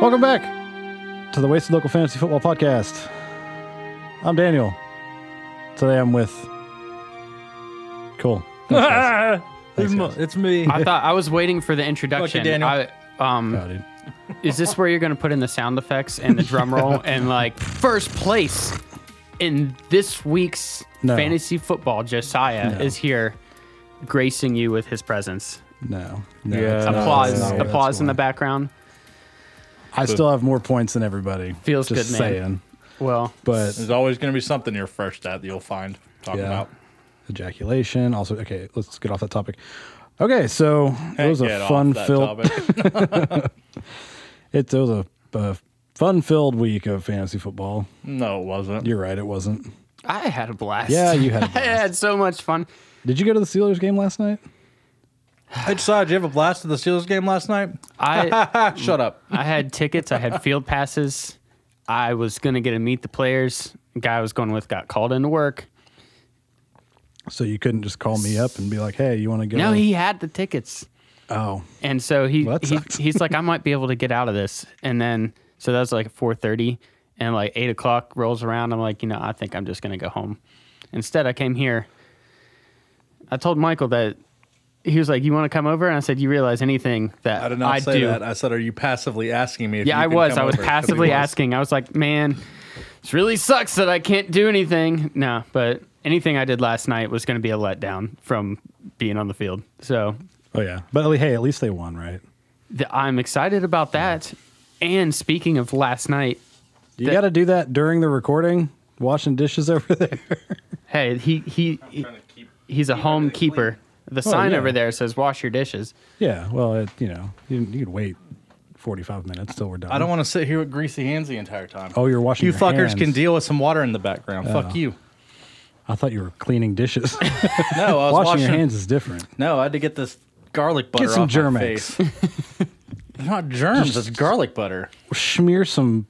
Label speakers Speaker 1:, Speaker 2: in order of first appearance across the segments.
Speaker 1: Welcome back to the Wasted Local Fantasy Football Podcast. I'm Daniel. Today I'm with. Cool. Thanks, guys. Thanks,
Speaker 2: it's, mo-
Speaker 1: guys.
Speaker 2: it's me.
Speaker 3: I thought I was waiting for the introduction.
Speaker 2: Look at Daniel.
Speaker 3: I, um,
Speaker 1: Wow, dude.
Speaker 3: is this where you're going to put in the sound effects and the drum roll and like first place in this week's
Speaker 1: No.
Speaker 3: fantasy football? Josiah
Speaker 1: No.
Speaker 3: is here, gracing you with his presence.
Speaker 1: No. Uh, no
Speaker 2: Yeah.
Speaker 1: it's not-
Speaker 3: applause,
Speaker 1: it's not what
Speaker 3: applause
Speaker 1: it's
Speaker 3: in the
Speaker 1: for.
Speaker 3: background.
Speaker 1: I still have more points than everybody.
Speaker 3: Feels
Speaker 1: just
Speaker 3: good, man.
Speaker 1: saying.
Speaker 3: Well,
Speaker 1: But
Speaker 4: There's always going to be something you're first at that you'll find. Talking
Speaker 1: Yeah.
Speaker 4: about.
Speaker 1: ejaculation. Also, okay, let's get off that topic. Okay, so it
Speaker 4: Heck,
Speaker 1: was
Speaker 4: get
Speaker 1: a
Speaker 4: off
Speaker 1: fun
Speaker 4: that
Speaker 1: filled.
Speaker 4: topic.
Speaker 1: It, it was a, a fun filled week of fantasy football.
Speaker 4: no, it wasn't.
Speaker 1: You're right, it wasn't.
Speaker 3: I had a blast.
Speaker 1: Yeah, you had. A
Speaker 3: I
Speaker 1: blast.
Speaker 3: had so much fun.
Speaker 1: Did you go to the Steelers game last night?
Speaker 4: Hey, Josiah, did you have a blast at the Steelers game last night?
Speaker 3: I
Speaker 4: Shut up.
Speaker 3: I had tickets. I had field passes. I was gonna get to meet the players. The guy I was going with got called into work.
Speaker 1: So you couldn't just call me up and be like, "Hey, you want to go?"
Speaker 3: No, he had the tickets.
Speaker 1: Oh,
Speaker 3: And so he,
Speaker 1: Well, that
Speaker 3: he
Speaker 1: sucks.
Speaker 3: he's like, I might be able to get out of this. And then so that was like four thirty, and like eight o'clock rolls around. I'm like, you know, I think I'm just gonna go home. Instead, I came here. I told Michael that he was like, "You want to come over?" And I said, "You realize anything that
Speaker 4: I did not say
Speaker 3: do?"
Speaker 4: that. I said, "Are you passively asking me?" If
Speaker 3: yeah,
Speaker 4: you
Speaker 3: I
Speaker 4: can
Speaker 3: was.
Speaker 4: come
Speaker 3: I was
Speaker 4: over?" 'Cause he
Speaker 3: passively
Speaker 4: was.
Speaker 3: asking. I was like, man, this really sucks that I can't do anything. No, but anything I did last night was going to be a letdown from being on the field. So
Speaker 1: oh yeah. But at least- hey, at least they won, right?
Speaker 3: th- I'm excited about that. And speaking of last night,
Speaker 1: You
Speaker 3: That-
Speaker 1: got to do that during the recording, washing dishes over there.
Speaker 3: hey, he he, he- he's a home keeper. The sign
Speaker 1: Oh, yeah.
Speaker 3: over there says "wash your dishes."
Speaker 1: yeah. Well, it, you know, you, you could wait forty-five minutes till we're done.
Speaker 4: I don't want to sit here with greasy hands the entire time.
Speaker 1: Oh, you're washing
Speaker 4: You
Speaker 1: your
Speaker 4: fuckers
Speaker 1: hands.
Speaker 4: can deal with some water in the background. Fuck you.
Speaker 1: I thought you were cleaning dishes.
Speaker 4: No, I was
Speaker 1: washing,
Speaker 4: washing
Speaker 1: your hands is different.
Speaker 4: No, I had to get this garlic butter
Speaker 1: Get some
Speaker 4: off my
Speaker 1: Germex.
Speaker 4: face. They're not germs. it's garlic butter.
Speaker 1: Smear some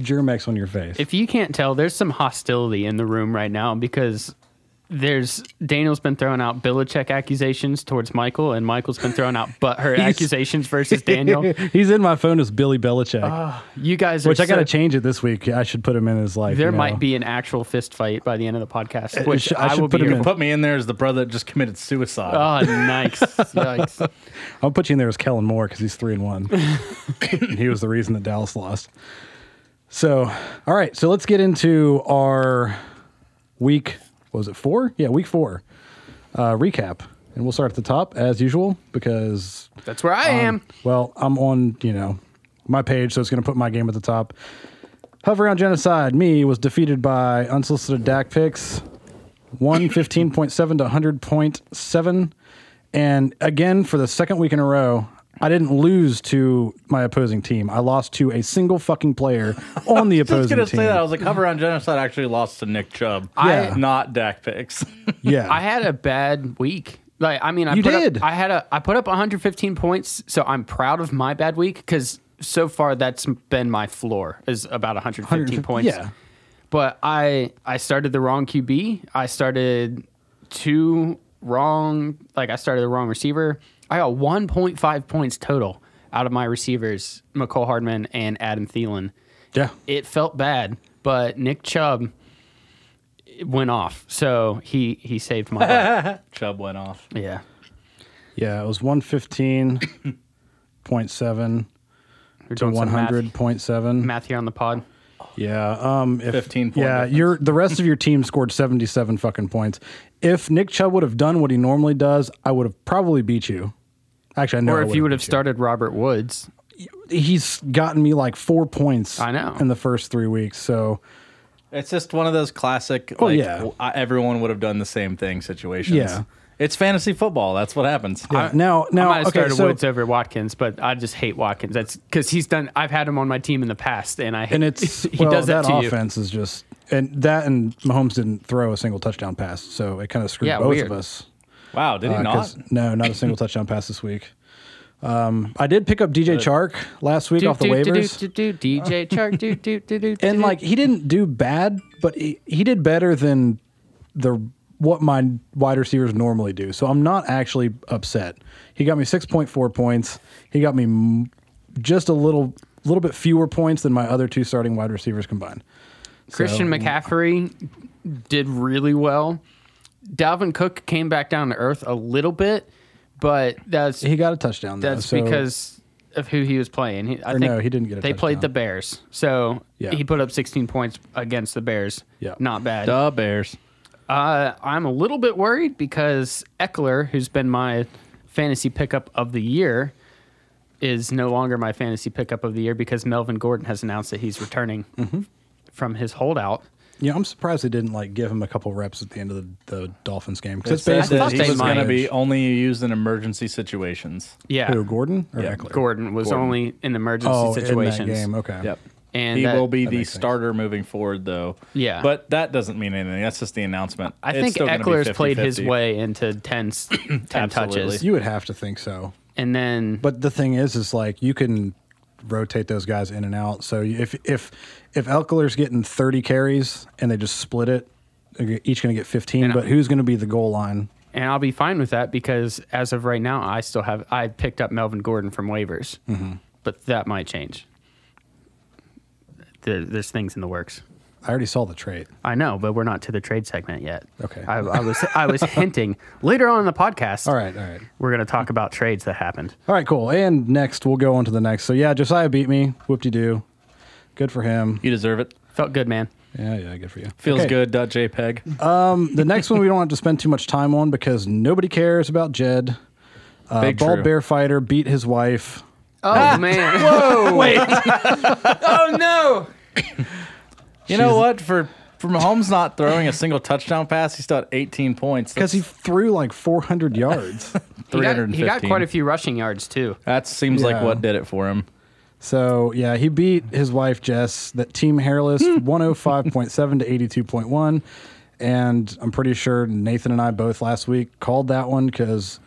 Speaker 1: Germex on your face.
Speaker 3: If you can't tell, there's some hostility in the room right now because there's Daniel's been throwing out Billichek accusations towards Michael, and Michael's been throwing out butthurt accusations versus Daniel.
Speaker 1: He's in my phone as Billy Belichick,
Speaker 4: Ah.
Speaker 3: You guys, are
Speaker 1: which I got to
Speaker 3: so-
Speaker 1: change it this week. I should put him in as like.
Speaker 3: There
Speaker 1: you know,
Speaker 3: might be an actual fist fight by the end of the podcast, which
Speaker 1: should- I
Speaker 3: I,
Speaker 1: should
Speaker 3: will
Speaker 1: put
Speaker 3: be.
Speaker 1: him
Speaker 3: here
Speaker 1: in.
Speaker 3: for.
Speaker 4: Put me in there as the brother that just committed suicide.
Speaker 3: Oh, nice! Yikes.
Speaker 1: I'll put you in there as Kellen Moore because he's three and one. And he was the reason that Dallas lost. So, all right. So let's get into our week. What was it four? Yeah, week four uh, recap, and we'll start at the top as usual because
Speaker 3: That's where I am.
Speaker 1: well, I'm on you know my page, so it's going to put my game at the top. Hover on genocide. Me was defeated by unsolicited DAC picks, one fifteen point seven to hundred point seven, and again for the second week in a row, I didn't lose to my opposing team. I lost to a single fucking player on the
Speaker 4: I was
Speaker 1: opposing
Speaker 4: gonna
Speaker 1: team.
Speaker 4: say that. I was like, cover on genocide actually lost to Nick Chubb.
Speaker 1: Yeah.
Speaker 4: not Dak picks.
Speaker 1: yeah,
Speaker 3: I had a bad week. Like I mean, I
Speaker 1: You
Speaker 3: put up-
Speaker 1: did.
Speaker 3: I had a I put up 115 points, so I'm proud of my bad week because so far that's been my floor is about 115
Speaker 1: 150
Speaker 3: points.
Speaker 1: Yeah,
Speaker 3: But I I started the wrong QB. I started two wrong. Like I started the wrong receiver. I got 1.5 points total out of my receivers, McCole Hardman and Adam Thielen
Speaker 1: yeah.
Speaker 3: it felt bad, but Nick Chubb went off, so he he saved my life.
Speaker 4: Chubb went off.
Speaker 3: yeah.
Speaker 1: Yeah, it was 115.7
Speaker 3: We're
Speaker 1: to
Speaker 3: doing some math-
Speaker 1: 100.7.
Speaker 3: math here on the pod.
Speaker 1: Yeah. Um, if,
Speaker 4: 15 point
Speaker 1: Yeah.
Speaker 4: difference.
Speaker 1: Your, the rest of your team scored 77 fucking points. If Nick Chubb would have done what he normally does, I would have probably beat you. Actually, I know.
Speaker 3: Or
Speaker 1: I
Speaker 3: if you would have
Speaker 1: beat
Speaker 3: started Robert Woods,
Speaker 1: He's gotten me like four points
Speaker 3: I know.
Speaker 1: in the first three weeks. So,
Speaker 4: It's just one of those classic.
Speaker 1: Oh,
Speaker 4: like,
Speaker 1: yeah.
Speaker 4: w- I- everyone would have done the same thing situations.
Speaker 1: Yeah.
Speaker 4: it's fantasy football. That's what happens.
Speaker 1: yeah. now,
Speaker 3: I
Speaker 1: now,
Speaker 3: might have
Speaker 1: okay,
Speaker 3: started
Speaker 1: so,
Speaker 3: Woods over Watkins, but I just hate Watkins. That's because he's done. I've had him on my team in the past, and I hate,
Speaker 1: and it's,
Speaker 3: he
Speaker 1: well,
Speaker 3: does that, to you.
Speaker 1: offense is just, and that and Mahomes didn't throw a single touchdown pass. So it kind of screwed
Speaker 3: Yeah,
Speaker 1: both
Speaker 3: weird.
Speaker 1: of us.
Speaker 4: Wow, did he
Speaker 1: Uh,
Speaker 4: not?
Speaker 1: 'cause- No, not a single touchdown pass this week. Um, I did pick up DJ Chark last week off the
Speaker 3: Do, do, do,
Speaker 1: waivers.
Speaker 3: do, do, do, DJ Chark, do, do, do, do, do,
Speaker 1: and
Speaker 3: do.
Speaker 1: like he didn't do bad, but he, he did better than the what my wide receivers normally do. So I'm not actually upset. He got me 6.4 points. He got me m- just a little little bit fewer points than my other two starting wide receivers combined.
Speaker 3: Christian
Speaker 1: So-
Speaker 3: McCaffrey did really well. Dalvin Cook came back down to earth a little bit, but that's
Speaker 1: He got a touchdown. Though,
Speaker 3: that's
Speaker 1: so-
Speaker 3: because of who he was playing. He, I
Speaker 1: Or
Speaker 3: think
Speaker 1: no, he didn't get a
Speaker 3: They played
Speaker 1: touchdown.
Speaker 3: the Bears, so
Speaker 1: Yeah.
Speaker 3: he put up 16 points against the Bears.
Speaker 1: Yeah.
Speaker 3: not bad.
Speaker 2: The Bears.
Speaker 3: Uh, I'm a little bit worried because Eckler, who's been my fantasy pickup of the year, is no longer my fantasy pickup of the year because Melvin Gordon has announced that he's returning
Speaker 1: Mm-hmm.
Speaker 3: from his holdout.
Speaker 1: yeah, I'm surprised they didn't like give him a couple reps at the end of the, the Dolphins game because
Speaker 4: It
Speaker 1: it's
Speaker 4: says
Speaker 1: basically
Speaker 3: thought
Speaker 1: just
Speaker 2: that
Speaker 3: they
Speaker 2: he was going to
Speaker 3: might.
Speaker 2: be only used in emergency situations.
Speaker 3: Yeah,
Speaker 1: who Gordon or
Speaker 2: Yeah,
Speaker 1: Eckler?
Speaker 3: Gordon was
Speaker 2: Gordon.
Speaker 3: only in emergency
Speaker 1: Oh, in
Speaker 3: situations.
Speaker 1: that game. Okay.
Speaker 2: Yep.
Speaker 3: And
Speaker 2: he
Speaker 3: that-
Speaker 2: will be
Speaker 1: That
Speaker 2: the
Speaker 1: makes sense.
Speaker 2: starter moving forward, though.
Speaker 3: Yeah.
Speaker 2: But that doesn't mean anything. That's just the announcement.
Speaker 3: I
Speaker 2: It's
Speaker 3: think
Speaker 2: still gonna be
Speaker 3: Eckler's played his
Speaker 2: 50-50.
Speaker 3: way into 10, s- 10 touches.
Speaker 2: Absolutely.
Speaker 1: You would have to think so.
Speaker 3: And then,
Speaker 1: But the thing is, is like you can rotate those guys in and out. So if if if Elkler's getting 30 carries and they just split it, they're each going to get 15.
Speaker 3: And I-
Speaker 1: but who's going to be the goal line?
Speaker 3: and I'll be fine with that because as of right now, I still have, I picked up Melvin Gordon from waivers.
Speaker 1: Mm-hmm.
Speaker 3: But that might change. There, there's things in the works.
Speaker 1: I already saw the trade.
Speaker 3: I know, but we're not to the trade segment yet.
Speaker 1: Okay.
Speaker 3: I, I was I was hinting later on in the podcast.
Speaker 1: All right, all right,
Speaker 3: We're going to talk about trades that happened.
Speaker 1: all right. Cool. And next, we'll go on to the next. So yeah, Josiah beat me. Whoop de doo. Good for him.
Speaker 2: You deserve it.
Speaker 3: Felt good, man.
Speaker 1: Yeah, yeah, good for you.
Speaker 2: Feels
Speaker 1: Okay.
Speaker 2: good. Dot JPEG.
Speaker 1: The next one we don't have to spend too much time on because nobody cares about Jed. Uh,
Speaker 2: Big
Speaker 1: bald
Speaker 2: true.
Speaker 1: bear fighter beat his wife.
Speaker 3: Oh man! Whoa! Wait! oh no!
Speaker 2: You know what? For for Mahomes not throwing a single touchdown pass, he's still at 18 points.
Speaker 1: Because he threw like 400 yards.
Speaker 3: He got, he got
Speaker 2: 315.
Speaker 3: quite a few rushing yards too.
Speaker 2: That seems
Speaker 1: Yeah.
Speaker 2: like what did it for him.
Speaker 1: So yeah, he beat his wife Jess. That team hairless
Speaker 3: Hmm.
Speaker 1: 105.7 to 82.1, and I'm pretty sure Nathan and I both last week called that one because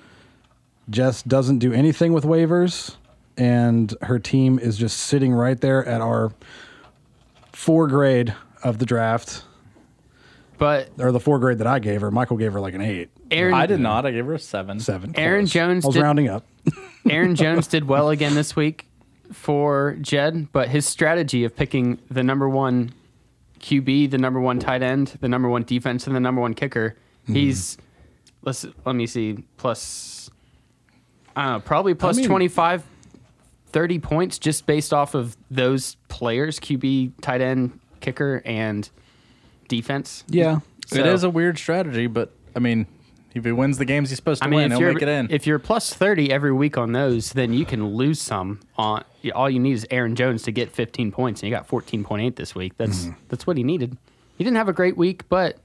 Speaker 1: Jess doesn't do anything with waivers, and her team is just sitting right there at our four grade of the draft
Speaker 3: But
Speaker 1: or the four grade that I gave her. Michael gave her like an eight,
Speaker 3: Aaron
Speaker 2: I did not. I gave her a seven.
Speaker 1: seven.
Speaker 3: Aaron
Speaker 1: close.
Speaker 3: Jones
Speaker 1: I was
Speaker 3: did-
Speaker 1: rounding up.
Speaker 3: Aaron Jones did well again this week for Jed, but his strategy of picking the number one QB, the number one tight end, the number one defense, and the number one kicker, he's let's let me see, plus I don't know, probably plus
Speaker 1: mean-
Speaker 3: 25, 30 points just based off of those players, QB, tight end, kicker, and defense.
Speaker 1: Yeah.
Speaker 2: It
Speaker 3: So-
Speaker 2: is a weird strategy, but I mean, if he wins the games he's supposed to
Speaker 3: I mean,
Speaker 2: win,
Speaker 3: if
Speaker 2: he'll
Speaker 3: you're
Speaker 2: make it in.
Speaker 3: if you're plus thirty every week on those, then you can lose some. On all you need is Aaron Jones to get fifteen points, and he got fourteen point eight this week. That's
Speaker 2: Mm-hmm.
Speaker 3: that's what he needed. He didn't have a great week, but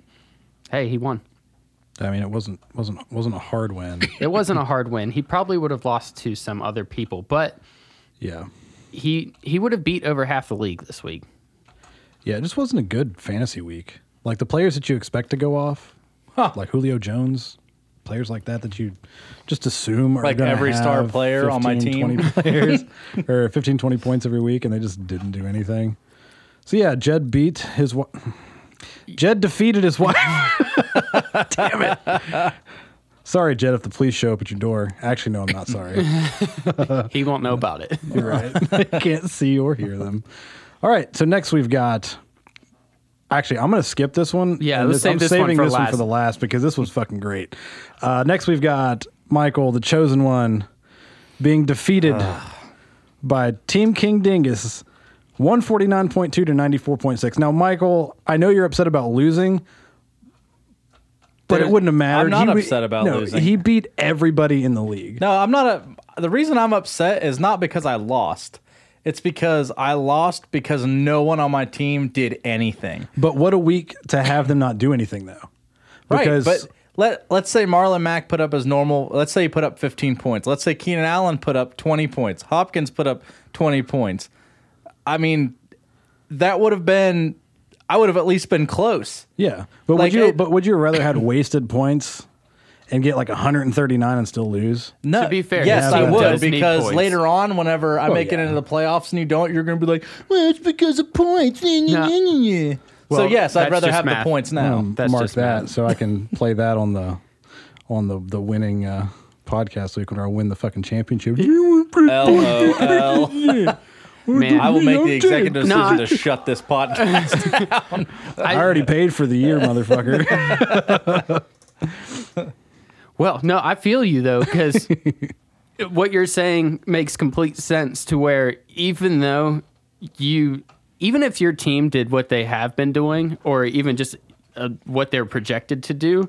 Speaker 3: hey, he won.
Speaker 1: I mean, it wasn't wasn't wasn't a hard win.
Speaker 3: It wasn't a hard win. He probably would have lost to some other people, but
Speaker 1: yeah.
Speaker 3: he he would have beat over half the league this week.
Speaker 1: Yeah, it just wasn't a good fantasy week. Like the players that you expect to go off, like Julio Jones, players like that that you just assume are
Speaker 2: Like
Speaker 1: gonna
Speaker 2: every star
Speaker 1: have
Speaker 2: player on my
Speaker 1: 15,
Speaker 2: team.
Speaker 1: 20 players or 15 20 points every week and they just didn't do anything. So yeah, Jed beat his wife. Jed defeated his wife. Damn it. Sorry, Jed, if the police show up at your door. Actually, no, I'm not sorry.
Speaker 3: He won't know about it.
Speaker 1: You're right. I can't see or hear them. All right. So next we've got. Actually, I'm going to skip this one.
Speaker 3: Yeah,
Speaker 1: and
Speaker 3: let's save
Speaker 1: I'm
Speaker 3: this one
Speaker 1: saving
Speaker 3: for
Speaker 1: this one
Speaker 3: last.
Speaker 1: for the last because this was fucking great. Uh, next, we've got Michael, the chosen one, being defeated by Team King Dingus, 149.2 to 94.6. Now, Michael, I know you're upset about losing, but it
Speaker 2: There's-
Speaker 1: wouldn't have mattered.
Speaker 2: I'm not
Speaker 1: He-
Speaker 2: upset about
Speaker 1: no,
Speaker 2: losing.
Speaker 1: He beat everybody in the league.
Speaker 2: No, I'm not a. The reason I'm upset is not because I lost. It's because I lost because no one on my team did anything.
Speaker 1: But what a week to have them not do anything, though. Because
Speaker 2: right, but let let's say Marlon Mack put up his normal. Let's say he put up 15 points. Let's say Keenan Allen put up 20 points. Hopkins put up 20 points. I mean, that would have been. I would have at least been close.
Speaker 1: Yeah, but would
Speaker 2: Like,
Speaker 1: you?
Speaker 2: it-
Speaker 1: but would you rather had wasted points and get like 139 and still lose?
Speaker 2: No,
Speaker 3: To be fair,
Speaker 2: yes,
Speaker 1: his
Speaker 2: I
Speaker 1: team
Speaker 2: would
Speaker 3: does need
Speaker 2: because
Speaker 3: points.
Speaker 2: later on, whenever I make
Speaker 1: Oh, yeah.
Speaker 2: it into the playoffs and you don't, you're going to be like, "Well, it's because of points." so
Speaker 3: Well,
Speaker 2: yes,
Speaker 3: that's
Speaker 2: I'd rather
Speaker 3: just
Speaker 2: have
Speaker 3: math.
Speaker 2: the points now.
Speaker 1: Um,
Speaker 3: Oh, that's
Speaker 1: mark
Speaker 3: just
Speaker 1: that
Speaker 3: mad.
Speaker 1: so I can play that on the on the the winning uh, podcast week when I win the fucking championship.
Speaker 2: L O L.
Speaker 3: Man,
Speaker 2: I will make the executive
Speaker 3: No,
Speaker 2: decision
Speaker 3: I-
Speaker 2: to shut this podcast.
Speaker 1: I already paid for the year, motherfucker.
Speaker 3: Well, no, I feel you though, because what you're saying makes complete sense to where even though you, even if your team did what they have been doing, or even just uh, what they're projected to do,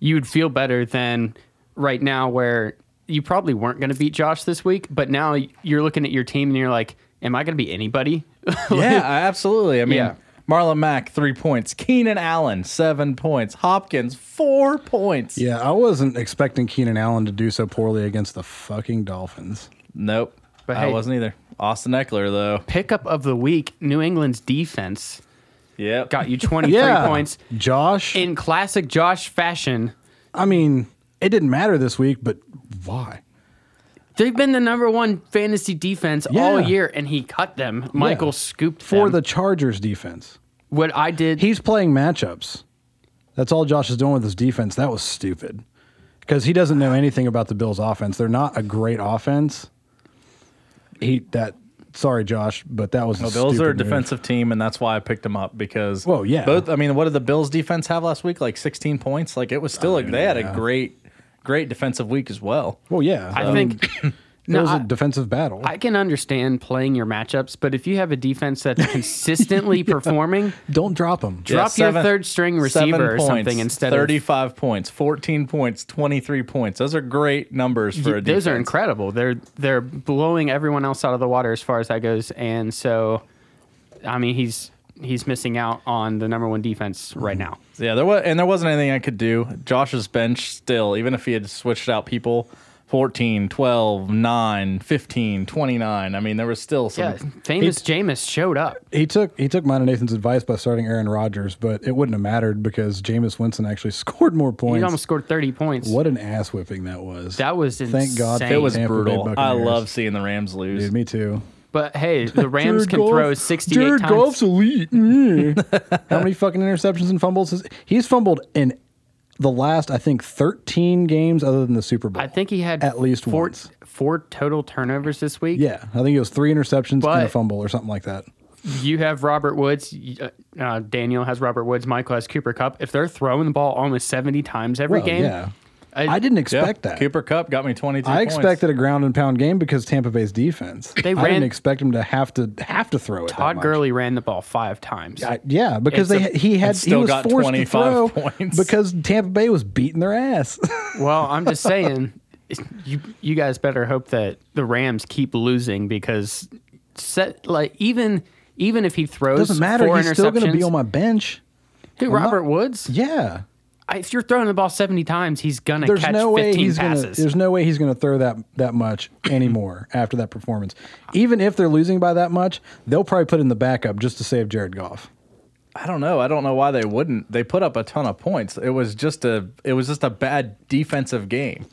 Speaker 3: you'd feel better than right now where you probably weren't going to beat Josh this week, but now you're looking at your team and you're like, am I going to be anybody?
Speaker 2: yeah, absolutely. I mean,
Speaker 3: Yeah.
Speaker 2: Marlon Mack, three points. Keenan Allen, seven points. Hopkins, four points.
Speaker 1: yeah, I wasn't expecting Keenan Allen to do so poorly against the fucking Dolphins.
Speaker 2: Nope.
Speaker 3: But
Speaker 2: I
Speaker 3: hey-
Speaker 2: wasn't either. Austin Eckler, though.
Speaker 3: Pickup of the week, New England's defense
Speaker 2: Yep.
Speaker 3: got you 23
Speaker 1: Yeah,
Speaker 3: points.
Speaker 1: Josh.
Speaker 3: In classic Josh fashion,
Speaker 1: I mean, it didn't matter this week, but why?
Speaker 3: They've been the number one fantasy defense all
Speaker 1: Yeah.
Speaker 3: year, and he cut them. Michael scooped
Speaker 1: For
Speaker 3: them.
Speaker 1: the Chargers defense,
Speaker 3: what I did.
Speaker 1: he's playing matchups. That's all Josh is doing with his defense. That was stupid because he doesn't know anything about the Bills' offense. They're not a great offense. He that. Sorry, Josh, but that was. a
Speaker 2: The Bills are a
Speaker 1: stupid move.
Speaker 2: defensive team, and that's why I picked them up because.
Speaker 1: Well, yeah.
Speaker 2: Both. I mean, what did the Bills defense have last week? Like 16 points. Like it was still. a, they had a great, great defensive week as well.
Speaker 1: Well, yeah.
Speaker 3: I think
Speaker 1: It
Speaker 3: No,
Speaker 1: was
Speaker 3: I-
Speaker 1: a defensive battle.
Speaker 3: I can understand playing your matchups, but if you have a defense that's consistently performing,
Speaker 1: Don't drop him.
Speaker 2: Yeah,
Speaker 3: drop your third string
Speaker 2: seven
Speaker 3: receiver or something
Speaker 2: points,
Speaker 3: instead of-
Speaker 2: 35 points, 14 points, 23 points. Those are great numbers for a defense.
Speaker 3: those are incredible. They're they're blowing everyone else out of the water as far as that goes, and so, I mean, he's he's missing out on the number one defense right now.
Speaker 2: Yeah, there was, and there wasn't anything I could do. Josh's bench still, even if he had switched out people 14, 12, 9, 15, 29. I mean, there was still some.
Speaker 3: Yeah, famous Jameis showed up.
Speaker 1: He took he took mine and Nathan's advice by starting Aaron Rodgers, but it wouldn't have mattered because Jameis Winston actually scored more
Speaker 3: He
Speaker 1: points.
Speaker 3: almost scored thirty points.
Speaker 1: what an ass whipping that was.
Speaker 3: That was insane.
Speaker 1: Thank God for
Speaker 2: It was
Speaker 1: Tampa Bay
Speaker 2: brutal. I
Speaker 1: Buccaneers.
Speaker 2: love seeing the Rams lose.
Speaker 1: Dude, me too.
Speaker 3: But hey, the Rams can throw 68 times.
Speaker 1: elite. Mm. How many fucking interceptions and fumbles? Is, he's fumbled in the last, I think, 13 games other than the Super Bowl.
Speaker 3: I think he had
Speaker 1: At least
Speaker 3: four,
Speaker 1: once.
Speaker 3: four total turnovers this week.
Speaker 1: Yeah, I think it was three interceptions and a
Speaker 3: But-
Speaker 1: fumble or something like that.
Speaker 3: You have Robert Woods. y- uh, Uh, Daniel has Robert Woods. Michael has Cooper Cup. If they're throwing the ball almost 70 times every
Speaker 1: Well,
Speaker 3: game,
Speaker 1: yeah.
Speaker 3: I-
Speaker 1: I didn't
Speaker 2: Yeah,
Speaker 1: expect that.
Speaker 2: Cooper Cup got me 22
Speaker 1: I
Speaker 2: points.
Speaker 1: expected a ground and pound game because Tampa Bay's defense.
Speaker 3: They
Speaker 1: I
Speaker 3: ran-
Speaker 1: didn't expect him to have to have to throw it. that
Speaker 3: Todd
Speaker 1: much.
Speaker 3: Gurley ran the ball five times.
Speaker 1: I- yeah, because they
Speaker 3: It's a-
Speaker 1: he had
Speaker 2: and still
Speaker 1: he was
Speaker 2: got
Speaker 1: forced to
Speaker 2: 25
Speaker 1: throw
Speaker 2: points.
Speaker 1: because Tampa Bay was beating their ass.
Speaker 3: well, I'm just saying, you you guys better hope that the Rams keep losing because set like even even if he throws
Speaker 1: Doesn't matter.
Speaker 3: four
Speaker 1: He's still going to be
Speaker 3: interceptions-
Speaker 1: on my bench.
Speaker 3: Who,
Speaker 1: I'm not-
Speaker 3: Robert Woods.
Speaker 1: Yeah,
Speaker 3: I- if you're throwing the ball 70 times, he's gonna
Speaker 1: there's
Speaker 3: catch
Speaker 1: no way
Speaker 3: 15
Speaker 1: he's going to.
Speaker 3: passes.
Speaker 1: There's no way he's going to throw that that much anymore after that performance. Even if they're losing by that much, they'll probably put in the backup just to save Jared Goff.
Speaker 2: I don't know. I don't know why they wouldn't. They put up a ton of points. It was just a it was just a bad defensive game.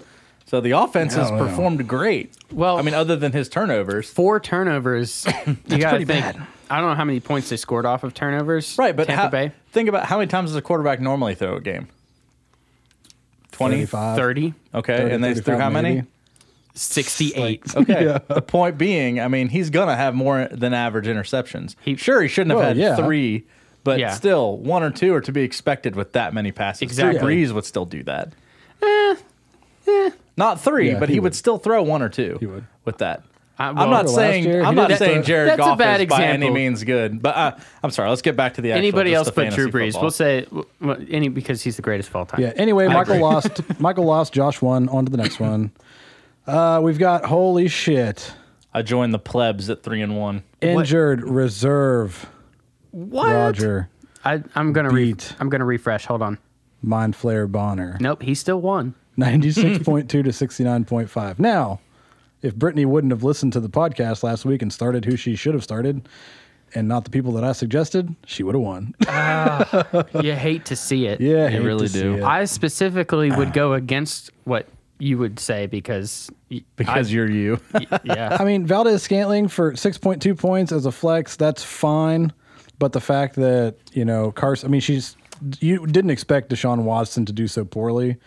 Speaker 2: So the offense has
Speaker 1: don't know.
Speaker 2: performed great.
Speaker 3: Well-
Speaker 2: I mean, other than his turnovers,
Speaker 3: four turnovers. you got to think. I don't know how many points they scored off of turnovers.
Speaker 2: right? But
Speaker 3: Tampa
Speaker 2: how,
Speaker 3: Bay
Speaker 2: think about how many times does a quarterback normally throw a game? Twenty.
Speaker 1: 35,
Speaker 3: thirty.
Speaker 2: Okay,
Speaker 1: 30,
Speaker 2: and they threw how
Speaker 1: 35
Speaker 2: many?
Speaker 1: maybe.
Speaker 3: 68.
Speaker 2: Okay. The point being, I mean, he's gonna have more than average interceptions. sure, he shouldn't have
Speaker 1: Well,
Speaker 2: had
Speaker 1: yeah.
Speaker 2: three, but
Speaker 3: Yeah.
Speaker 2: still, one or two are to be expected with that many passes.
Speaker 3: Exactly. Eh,
Speaker 2: Drew Brees would still do that. Not three,
Speaker 1: Yeah,
Speaker 2: but
Speaker 1: he
Speaker 2: he, would.
Speaker 1: would.
Speaker 2: still throw one or two. He
Speaker 1: would.
Speaker 2: with that.
Speaker 3: I-
Speaker 2: I'm
Speaker 3: well,
Speaker 2: not
Speaker 1: last
Speaker 2: saying
Speaker 1: year, he
Speaker 2: I'm not
Speaker 1: didn't
Speaker 2: saying
Speaker 1: throw-
Speaker 2: Jared
Speaker 3: That's a
Speaker 2: Goff
Speaker 3: bad
Speaker 2: is by any
Speaker 3: example.
Speaker 2: means good, but uh, I'm sorry. Let's get back to the actual,
Speaker 3: Anybody
Speaker 2: just
Speaker 3: else
Speaker 2: the
Speaker 3: but Drew
Speaker 2: fantasy
Speaker 3: Brees?
Speaker 2: football.
Speaker 3: We'll say well, any because he's the greatest of all time.
Speaker 1: Yeah. Anyway, Michael lost. Michael lost. Josh won. On to the next one. Uh, we've got holy shit.
Speaker 2: I joined the plebs at three and one.
Speaker 1: Injured reserve.
Speaker 3: What?
Speaker 1: Roger.
Speaker 3: I, I'm gonna re-
Speaker 1: Beat.
Speaker 3: I'm gonna refresh. Hold on.
Speaker 1: Mind Flare Bonner.
Speaker 3: Nope. He still won.
Speaker 1: 96.2 to 69.5. Now, if Brittany wouldn't have listened to the podcast last week and started who she should have started and not the people that I suggested, she would have won.
Speaker 3: You hate to see it.
Speaker 1: yeah, I hate
Speaker 2: really
Speaker 1: to see
Speaker 2: do.
Speaker 1: it. Ah.
Speaker 3: I specifically would go against what you would say because y-
Speaker 2: Because you're you.
Speaker 3: y- yeah.
Speaker 1: I mean, Valdez Scantling for 6.2 points as a flex, that's fine. But the fact that, you know, Carson, I mean, she's, you didn't expect Deshaun Watson to do so poorly.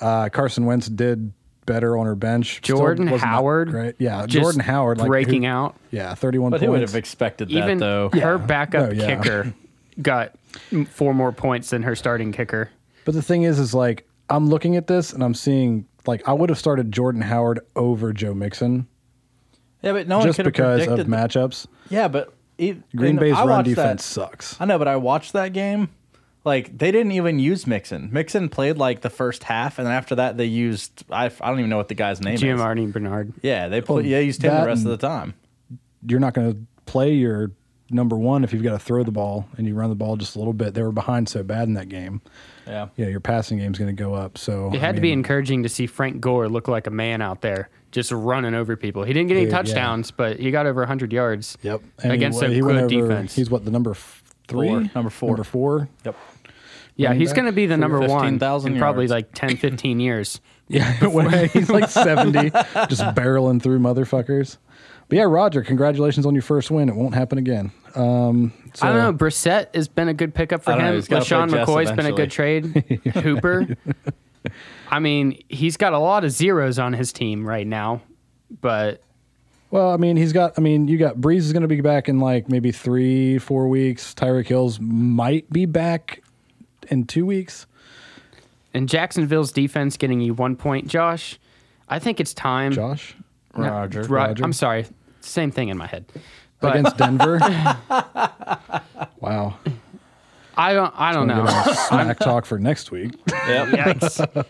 Speaker 1: Uh, Carson Wentz did better on her bench. Still
Speaker 3: Jordan
Speaker 1: wasn't that
Speaker 3: Howard,
Speaker 1: great. Yeah,
Speaker 3: just
Speaker 1: Jordan Howard like, who-
Speaker 3: breaking out.
Speaker 1: Yeah, thirty-one
Speaker 2: But who would
Speaker 1: points.
Speaker 2: have expected that
Speaker 3: Even
Speaker 2: though?
Speaker 3: her
Speaker 1: No,
Speaker 3: backup
Speaker 1: yeah.
Speaker 3: kicker got m- four more points than her starting kicker.
Speaker 1: But the thing is, is like I'm looking at this and I'm seeing like I would have started Jordan Howard over Joe Mixon
Speaker 2: Yeah, but no one
Speaker 1: just
Speaker 2: could have
Speaker 1: because
Speaker 2: Oh, predicted.
Speaker 1: of matchups.
Speaker 2: yeah, but it,
Speaker 1: Green
Speaker 2: and
Speaker 1: Bay's
Speaker 2: I
Speaker 1: run
Speaker 2: watched
Speaker 1: defense
Speaker 2: That,
Speaker 1: sucks.
Speaker 2: I know, but I watched that game. Like they didn't even use Mixon. Mixon played like the first half, and then after that they used I, I don't even know what the guy's name is.
Speaker 3: Giamardi Bernard.
Speaker 2: Yeah, they play, yeah used him
Speaker 1: Oh, that
Speaker 2: the rest
Speaker 1: and-
Speaker 2: of the time.
Speaker 1: You're not going to play your number one if you've got to throw the ball and you run the ball just a little bit. They were behind so bad in that game.
Speaker 2: Yeah,
Speaker 1: Yeah, your passing game's going to go up. So
Speaker 3: It had to be encouraging to see Frank Gore look like a man out there, just running over people. He didn't get any
Speaker 1: Dude, yeah.
Speaker 3: touchdowns, but he got over 100 yards.
Speaker 1: Yep.
Speaker 3: against
Speaker 1: he,
Speaker 3: a
Speaker 1: he went
Speaker 3: good
Speaker 1: over-
Speaker 3: defense.
Speaker 1: He's what the number f- three,
Speaker 2: Four. Number four.
Speaker 1: number four.
Speaker 2: yep.
Speaker 3: yeah, he's
Speaker 1: back
Speaker 3: going to be the number one in
Speaker 2: 15,000
Speaker 3: probably
Speaker 2: yards.
Speaker 3: like 10, 15 years.
Speaker 1: Yeah, when he's like seventy, just barreling through motherfuckers. But yeah, Roger, congratulations on your first win. It won't happen again. Um, so,
Speaker 3: I don't know. Brissett has been a good pickup for
Speaker 2: I don't know,
Speaker 3: him.
Speaker 2: he's gotta
Speaker 3: LaShawn
Speaker 2: play Jess
Speaker 3: McCoy's been a good trade. Hooper. I mean, he's got a lot of zeros on his team right now, but
Speaker 1: Well, I mean, he's got. I mean, you got Breeze is going to be back in like maybe three, four weeks. Tyreek Hill's might be back in two weeks.
Speaker 3: and Jacksonville's defense getting you one point, Josh. I think it's time.
Speaker 1: Josh
Speaker 3: No,
Speaker 2: Roger.
Speaker 3: Ro-
Speaker 1: Roger.
Speaker 3: I'm sorry. Same thing in my head. But
Speaker 1: against Denver. wow,
Speaker 3: I don't. I don't know.
Speaker 1: smack talk for next week.
Speaker 2: Yep.
Speaker 3: Yikes.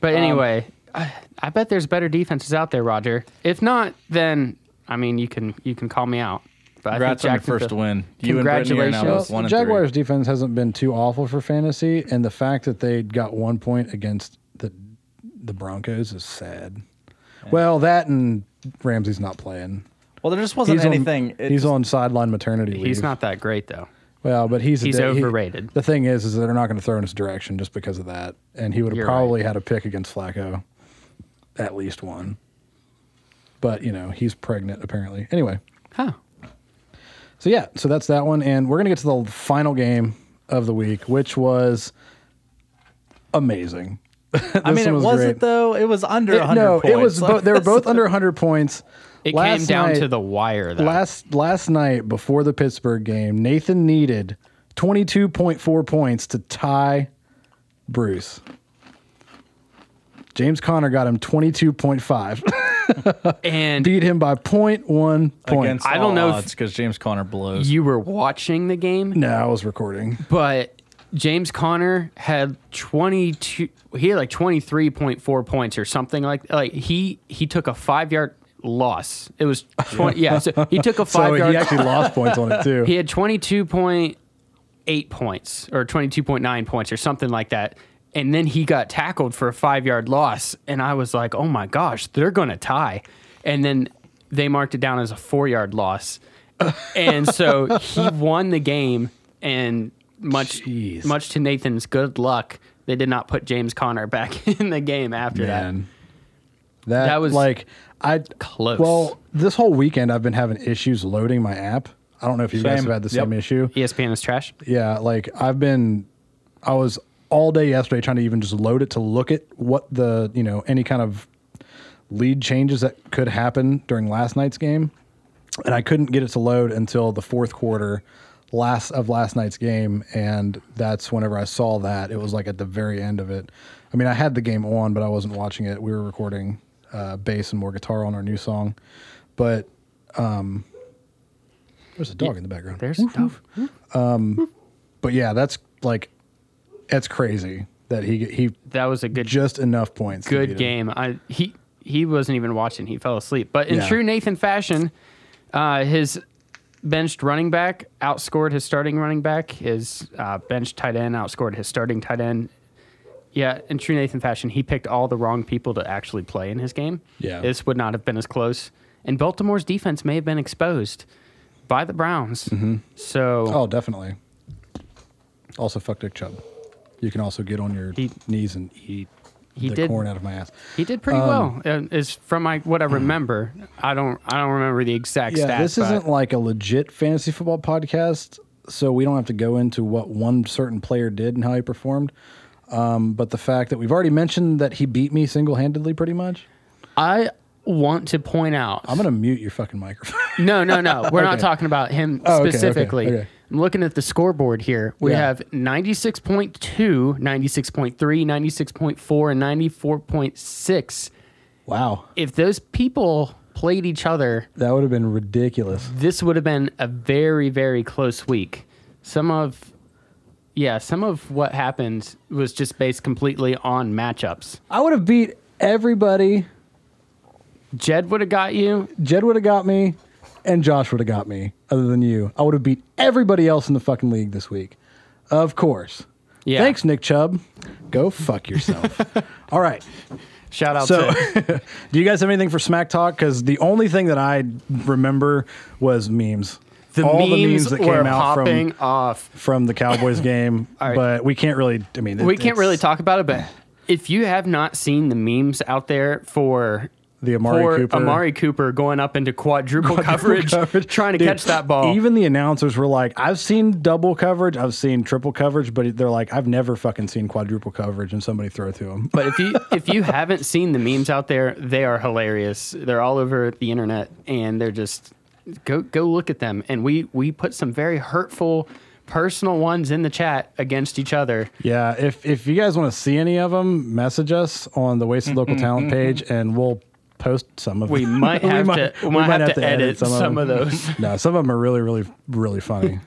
Speaker 3: But
Speaker 2: Um,
Speaker 3: anyway, I, I bet there's better defenses out there, Roger. If not, then I mean, you can you can call me out. But I think
Speaker 2: Congrats on your first
Speaker 3: Jacksonville-
Speaker 2: win. You and Brittany are now
Speaker 3: Congratulations.
Speaker 2: both
Speaker 1: Well,
Speaker 2: one and
Speaker 1: Jaguars defense hasn't been too awful for fantasy, and the fact that they got one point against the the Broncos is sad. Well, that and Ramsey's not playing.
Speaker 2: three. Well, there just wasn't
Speaker 1: on-
Speaker 2: anything. It
Speaker 1: he's
Speaker 2: just-
Speaker 1: on sideline maternity leave.
Speaker 3: He's not that great though.
Speaker 1: Well, but he's
Speaker 3: He's
Speaker 1: he-
Speaker 3: overrated.
Speaker 1: the thing is, is that they're not going to throw in his direction just because of that, and he would have
Speaker 3: You're
Speaker 1: probably had a pick against Flacco, at least one. But you know, he's pregnant apparently. Anyway.
Speaker 3: Huh.
Speaker 1: So yeah, so that's that one, and we're gonna get to the final game of the week, which was amazing.
Speaker 2: I mean, it
Speaker 1: one was great.
Speaker 2: wasn't though. It was under
Speaker 1: It-
Speaker 2: 100
Speaker 1: no,
Speaker 2: points.
Speaker 1: it was. Bo- they were both under 100 points.
Speaker 3: It came down to the wire though.
Speaker 1: last last night before the Pittsburgh game. Nathan needed 22.4 points to tie Bruce. James Conner got him 22.5,
Speaker 3: and
Speaker 1: beat him by 0.1 points.
Speaker 2: against
Speaker 3: I don't
Speaker 2: all
Speaker 3: know if-
Speaker 2: odds because James Conner blows.
Speaker 3: you were watching the game,
Speaker 1: No, I was recording.
Speaker 3: but James Conner had 22 he had like 23.4 points or something like like he he took a 5-yard loss. It was 20 yeah, so he took a 5
Speaker 1: So
Speaker 3: yard
Speaker 1: he actually lost points on it too.
Speaker 3: He had 22.8 points or 22.9 points or something like that. And then he got tackled for a five yard loss. And I was like, oh my gosh, they're going to tie. And then they marked it down as a four yard loss. and so he won the game. And much,
Speaker 1: Jeez.
Speaker 3: much to Nathan's good luck, they did not put James Conner back in the game after
Speaker 1: Man. That,
Speaker 3: That was
Speaker 1: was like I
Speaker 3: Close.
Speaker 1: Well, this whole weekend I've been having issues loading my app. I don't know if you guys
Speaker 2: Same.
Speaker 1: have had the
Speaker 2: Yep.
Speaker 1: same issue.
Speaker 3: that. ESPN is trash.
Speaker 1: Yeah, like I've been I was all day yesterday trying to even just load it to look at what the, you know, any kind of lead changes that could happen during last night's game. And I couldn't get it to load until the fourth quarter last of last night's game and that's whenever I saw that. It was like at the very end of it. I mean, I had the game on, but I wasn't watching it. We were recording uh, bass and more guitar on our new song. But um there's a dog in the background
Speaker 3: There's stuff.
Speaker 1: but yeah, that's like that's crazy that he he
Speaker 3: That was a good
Speaker 1: just enough points. to beat
Speaker 3: good
Speaker 1: him.
Speaker 3: game. I he he wasn't even watching. He fell asleep. But in
Speaker 1: Yeah.
Speaker 3: true Nathan fashion, uh, his benched running back outscored his starting running back. His uh, benched tight end outscored his starting tight end. Yeah, in true Nathan fashion, he picked all the wrong people to actually play in his game.
Speaker 1: Yeah.
Speaker 3: this would not have been as close. And Baltimore's defense may have been exposed by the Browns. So
Speaker 1: Oh, definitely. Also, fuck Dick Chubb. You can also get on your
Speaker 3: He-
Speaker 1: knees and eat
Speaker 3: He
Speaker 1: the
Speaker 3: did-
Speaker 1: corn out of my ass.
Speaker 3: he did
Speaker 1: Um,
Speaker 3: pretty well. well. Is from my what I remember. I don't I don't remember the exact
Speaker 1: Yeah,
Speaker 3: stats.
Speaker 1: this
Speaker 3: but-
Speaker 1: isn't like a legit fantasy football podcast, so we don't have to go into what one certain player did and how he performed. Um, but the fact that we've already mentioned that he beat me single handedly, pretty much.
Speaker 3: I want to point out.
Speaker 1: I'm gonna mute your fucking microphone.
Speaker 3: No, no, no. We're not talking about him
Speaker 1: Oh, okay, okay,
Speaker 3: specifically.
Speaker 1: okay.
Speaker 3: I'm looking at the scoreboard here. We
Speaker 1: Yeah.
Speaker 3: have 96.2, 96.3, 96.4, and 94.6.
Speaker 1: wow,
Speaker 3: If those people played each other,
Speaker 1: that would have been ridiculous.
Speaker 3: this would have been a very, very close week. Some of, yeah, some of what happened was just based completely on matchups.
Speaker 1: I would have beat everybody.
Speaker 3: Jed would have got you.
Speaker 1: Jed would have got me, and Josh would have got me. Other than you, I would have beat everybody else in the fucking league this week. Of course.
Speaker 3: Yeah.
Speaker 1: Thanks, Nick Chubb. Go fuck yourself. All right.
Speaker 3: Shout out
Speaker 1: So,
Speaker 3: to
Speaker 1: do you guys have anything for smack talk? Because the only thing that I remember was memes. All the memes that
Speaker 3: were
Speaker 1: came out
Speaker 3: popping
Speaker 1: from
Speaker 3: off.
Speaker 1: from the Cowboys game,
Speaker 3: right.
Speaker 1: but we can't really. I mean, it-
Speaker 3: we can't really
Speaker 1: it's
Speaker 3: talk about it, but if you have not seen the memes out there for
Speaker 1: The Amari
Speaker 3: for
Speaker 1: Cooper.
Speaker 3: Amari Cooper going up into quadruple, coverage,
Speaker 1: coverage.
Speaker 3: trying to
Speaker 1: Dude,
Speaker 3: catch that ball.
Speaker 1: Even the announcers were like, "I've seen double coverage, I've seen triple coverage, but they're like, I've never fucking seen quadruple coverage." And somebody throw to them.
Speaker 3: but if you if you haven't seen the memes out there, they are hilarious. They're all over the internet, and they're just go go look at them. And we we put some very hurtful personal ones in the chat against each other.
Speaker 1: Yeah, if if you guys want to see any of them, message us on the Wasted Local Talent page, and we'll post some of
Speaker 3: Mm-hmm, We
Speaker 1: them.
Speaker 3: might have to- we might have to edit some of
Speaker 1: them.
Speaker 3: those.
Speaker 1: no, some of them are really, really, really funny.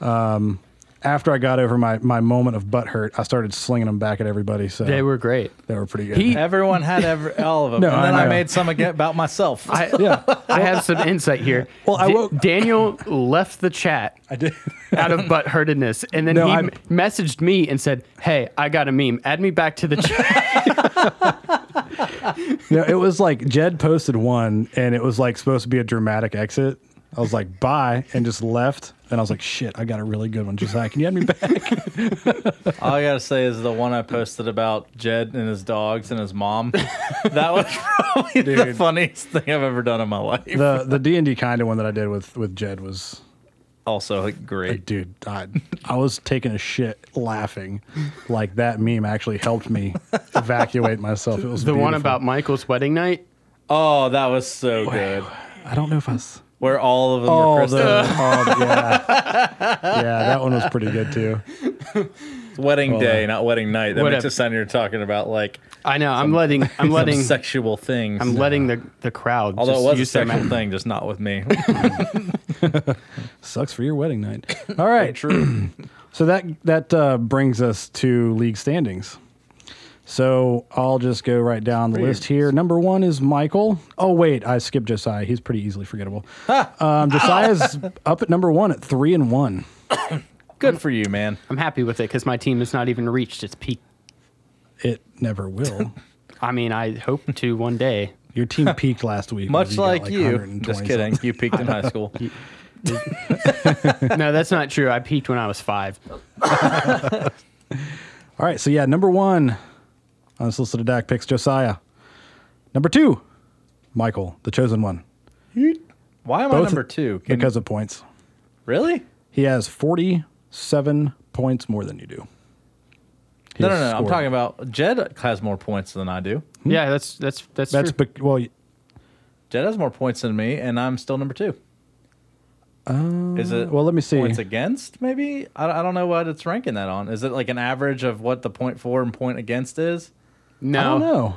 Speaker 1: um, after I got over my my moment of butt hurt, I started slinging them back at everybody. So
Speaker 3: They were great.
Speaker 1: they were pretty good.
Speaker 3: He-
Speaker 2: Everyone had every, all of them.
Speaker 1: No,
Speaker 2: and
Speaker 1: I
Speaker 2: then I,
Speaker 1: know.
Speaker 2: made some again about myself.
Speaker 3: I,
Speaker 1: yeah,
Speaker 3: I have some insight here.
Speaker 1: Well, I
Speaker 3: Da-
Speaker 1: woke-
Speaker 3: Daniel left the chat
Speaker 1: I did.
Speaker 3: out of butt hurtedness, and then
Speaker 1: No,
Speaker 3: he
Speaker 1: I-
Speaker 3: m- messaged me and said, "Hey, I got a meme. Add me back to the chat."
Speaker 1: No, it was like Jed posted one, and it was like supposed to be a dramatic exit. I was like, bye, and just left. And I was like, shit, I got a really good one. Josiah, can you have me back?
Speaker 2: all I gotta say is the one I posted about Jed and his dogs and his mom. that was probably the
Speaker 1: Dude.
Speaker 2: funniest thing I've ever done in my life.
Speaker 1: the the D and D kind of one that I did with with Jed was,
Speaker 2: also like, great.
Speaker 1: dude, I, I was taking a shit laughing. Like that meme actually helped me evacuate myself. It was
Speaker 3: the one
Speaker 1: beautiful.
Speaker 3: about Michael's wedding night.
Speaker 2: Oh, that was so good.
Speaker 1: I don't know if I. s-
Speaker 2: Where all of them were
Speaker 1: Oh,
Speaker 2: Christmas
Speaker 1: the, oh yeah, yeah, that one was pretty good too.
Speaker 2: wedding day, not wedding night. That makes
Speaker 3: Whatever.
Speaker 2: it sound you're talking about like
Speaker 3: I know. I'm letting. I'm
Speaker 2: some
Speaker 3: letting.
Speaker 2: sexual things.
Speaker 3: I'm letting the the crowd.
Speaker 2: Although
Speaker 3: just
Speaker 2: it was a
Speaker 3: use their
Speaker 2: sexual
Speaker 3: ma-
Speaker 2: thing, just not with me.
Speaker 1: Sucks for your wedding night. All right. so that that uh, brings us to league standings. So I'll just go right down the list here. Number one is Michael. Oh wait, I skipped Josiah. He's pretty easily forgettable.
Speaker 2: Ah.
Speaker 1: Um, Josiah's up at number one at three and one.
Speaker 2: Good for you, man.
Speaker 3: I'm happy with it because my team has not even reached its peak.
Speaker 1: It never will.
Speaker 3: I mean, I hope to one day.
Speaker 1: Your team peaked last week.
Speaker 2: Much
Speaker 1: You got,
Speaker 2: like, you.
Speaker 1: 120
Speaker 2: Just kidding. You peaked in high school.
Speaker 3: No, that's not true. I peaked when I was five.
Speaker 1: All right, so yeah, number one, unsolicited DAC picks Josiah. Number two, Michael, the chosen one,
Speaker 2: Why am I
Speaker 1: Both-
Speaker 2: number two? Can-
Speaker 1: because of points.
Speaker 2: really?
Speaker 1: He has 47 points more than you do. He
Speaker 2: No, no,
Speaker 1: has
Speaker 2: no. I'm
Speaker 1: scored.
Speaker 2: talking about Jed has more points than I do.
Speaker 3: Yeah, that's that's that's,
Speaker 1: Hmm. That's
Speaker 3: that's true.
Speaker 1: bec- well, y-
Speaker 2: Jed has more points than me, and I'm still number two. Is it
Speaker 1: Uh, well, let me see.
Speaker 2: points against? Maybe I, don't- I don't know what it's ranking that on. Is it like an average of what the point for and point against is?
Speaker 3: no.
Speaker 1: I don't know.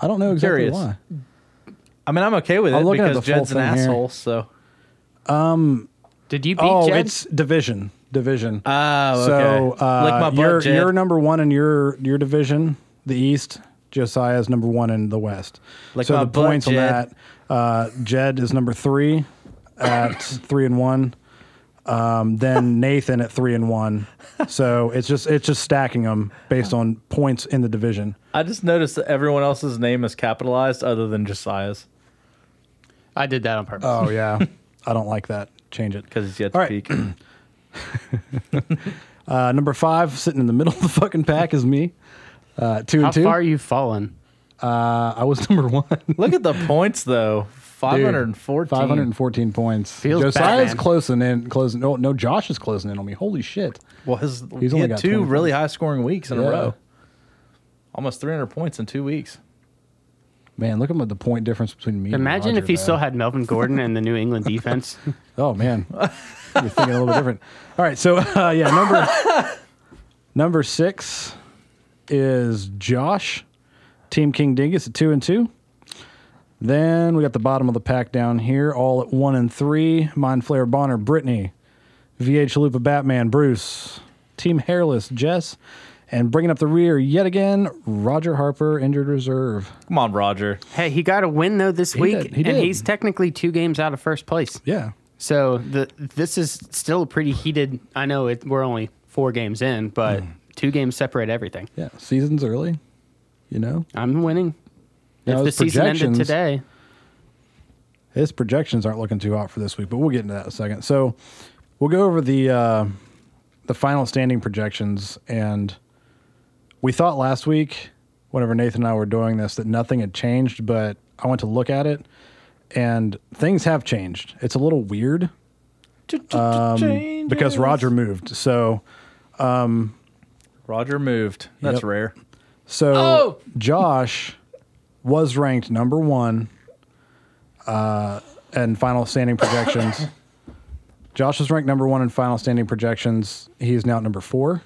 Speaker 1: I don't know exactly
Speaker 2: Curious.
Speaker 1: why.
Speaker 2: I mean, I'm okay with
Speaker 1: I'm
Speaker 2: it
Speaker 1: looking at
Speaker 2: because
Speaker 1: the full
Speaker 2: Jed's an
Speaker 1: thing here.
Speaker 2: asshole. So
Speaker 3: Did you beat
Speaker 1: Oh,
Speaker 3: Jed?
Speaker 1: it's division. Division.
Speaker 2: Oh,
Speaker 1: so
Speaker 2: okay.
Speaker 1: uh,
Speaker 2: Lick my butt,
Speaker 1: you're,
Speaker 2: Jed.
Speaker 1: you're number one in your your division, the East. Josiah's number one in the West.
Speaker 2: Lick
Speaker 1: so
Speaker 2: my
Speaker 1: the
Speaker 2: butt,
Speaker 1: points on
Speaker 2: Jed.
Speaker 1: that, uh, Jed is number three at three and one. Um, then Nathan at three and one. So it's just it's just stacking them based on points in the division.
Speaker 2: I just noticed that everyone else's name is capitalized other than Josiah's
Speaker 3: I did that on purpose.
Speaker 1: Oh yeah, I don't like that. Change it.
Speaker 2: because he's yet to
Speaker 1: All right.
Speaker 2: peak.
Speaker 1: Uh, number five, sitting in the middle of the fucking pack, is me. Uh, two
Speaker 3: How
Speaker 1: and two.
Speaker 3: far you've fallen?
Speaker 1: Uh, I was number one.
Speaker 2: Look at the points though. 514.
Speaker 1: 514 points.
Speaker 3: Feels bad,
Speaker 1: Josiah's
Speaker 3: man.
Speaker 1: closing in. Closing. No, no, Josh is closing in on me. Holy shit.
Speaker 2: was
Speaker 1: He's
Speaker 2: he
Speaker 1: only
Speaker 2: had
Speaker 1: got
Speaker 2: two
Speaker 1: 20
Speaker 2: really high scoring weeks in
Speaker 1: Yeah.
Speaker 2: a row. Almost 300 points in two weeks.
Speaker 1: Man, look at the point difference between me.
Speaker 3: Imagine
Speaker 1: and
Speaker 3: if he
Speaker 1: still
Speaker 3: still had Melvin Gordon and the New England defense.
Speaker 1: Oh man, you're thinking a little bit different. All right, so uh, yeah, number number six is Josh, Team King Dingus at two and two. Then we got the bottom of the pack down here, all at one and three. Mind Flayer Bonner, Brittany, VH Chalupa Batman, Bruce, Team Hairless, Jess, and bringing up the rear yet again, Roger Harper, injured reserve.
Speaker 2: Come on, Roger.
Speaker 3: hey, he got a win though this week,
Speaker 1: did, he
Speaker 3: and
Speaker 1: did.
Speaker 3: he's technically two games out of first place.
Speaker 1: Yeah,
Speaker 3: So the this is still a pretty heated. I know it, we're only four games in, but
Speaker 1: Hmm.
Speaker 3: two games separate everything.
Speaker 1: yeah, season's early, you know.
Speaker 3: I'm winning.
Speaker 1: Now,
Speaker 3: if the
Speaker 1: his
Speaker 3: season ended
Speaker 1: projections-
Speaker 3: today,
Speaker 1: His projections aren't looking too hot for this week, but we'll get into that in a second. So we'll go over the uh, the final standing projections, and we thought last week, whenever Nathan and I were doing this, that nothing had changed. But I went to look at it, and things have changed. It's a little weird
Speaker 2: Um,
Speaker 1: because Roger moved. So
Speaker 2: Roger moved. That's
Speaker 1: Yep.
Speaker 2: rare.
Speaker 1: so
Speaker 3: Oh!
Speaker 1: Josh was ranked number one uh, in final standing projections. Josh was ranked number one in final standing projections. He is now at number four.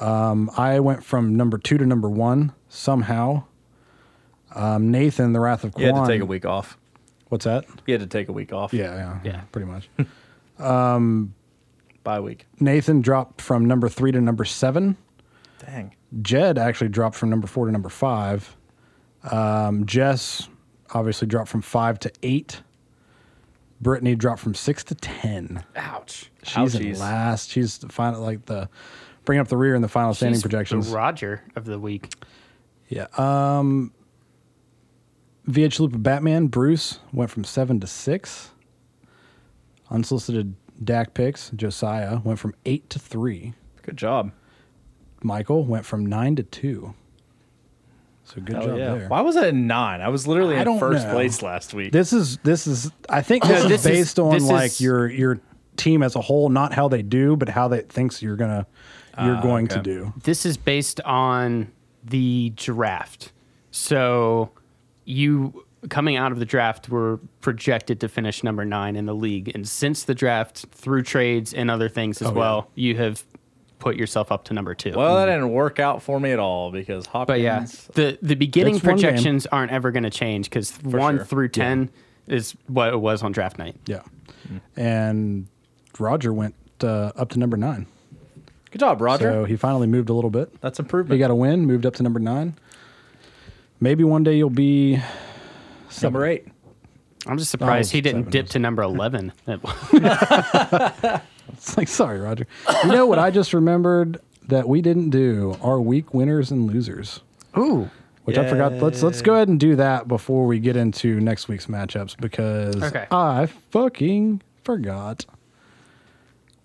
Speaker 1: Um, I went from number two to number one somehow. Um, Nathan, the Wrath of
Speaker 2: You
Speaker 1: Kwan.
Speaker 2: had to take a week off.
Speaker 1: What's that?
Speaker 2: You had to take a week off.
Speaker 1: Yeah, yeah,
Speaker 3: Yeah.
Speaker 1: pretty much.
Speaker 2: Bye week.
Speaker 1: Nathan dropped from number three to number seven.
Speaker 2: Dang.
Speaker 1: Jed actually dropped from number four to number five. Um, Jess obviously dropped from five to eight. Brittany dropped from six to ten.
Speaker 2: Ouch.
Speaker 1: She's in last. She's the final, like the bringing up the rear in the final standing
Speaker 3: she's the
Speaker 1: projections.
Speaker 3: Roger of the week.
Speaker 1: Yeah. Um, VH Loop of Batman Bruce went from seven to six. Unsolicited DAC picks Josiah went from eight to three.
Speaker 2: Good job.
Speaker 1: Michael went from nine to two. So good
Speaker 2: Hell
Speaker 1: job
Speaker 2: yeah.
Speaker 1: there.
Speaker 2: Why was I at nine? I was literally
Speaker 1: I
Speaker 2: in
Speaker 1: don't
Speaker 2: first
Speaker 1: know.
Speaker 2: place last week.
Speaker 1: This is this is I think
Speaker 3: No,
Speaker 1: this is
Speaker 3: this is-
Speaker 1: based on
Speaker 3: this
Speaker 1: like
Speaker 3: is-
Speaker 1: your your team as a whole, not how they do, but how they thinks you're gonna you're going to
Speaker 2: okay.
Speaker 1: do.
Speaker 3: This is based on the draft. So you coming out of the draft were projected to finish number nine in the league. And since the draft, through trades and other things as well, you have put yourself up to number two.
Speaker 2: well, that didn't work out for me at all because Hopkins.
Speaker 3: But yeah, the the beginning
Speaker 1: That's one game.
Speaker 3: projections aren't ever going to change because one
Speaker 2: sure.
Speaker 3: through ten is what it was on draft night.
Speaker 1: Yeah. And Roger went uh, up to number nine.
Speaker 2: Good job, Roger.
Speaker 1: So he finally moved a little bit.
Speaker 2: That's
Speaker 1: He
Speaker 2: improvement.
Speaker 1: got a win, moved up to number nine. Maybe one day you'll be
Speaker 2: number eight.
Speaker 3: I'm just surprised he didn't
Speaker 1: seven
Speaker 3: dip to number eleven. That-
Speaker 1: It's like, sorry, Roger. You know what I just remembered that we didn't do our week winners and losers.
Speaker 3: Ooh,
Speaker 1: which I forgot. Let's let's go ahead and do that before we get into next week's matchups because
Speaker 3: Okay.
Speaker 1: I fucking forgot.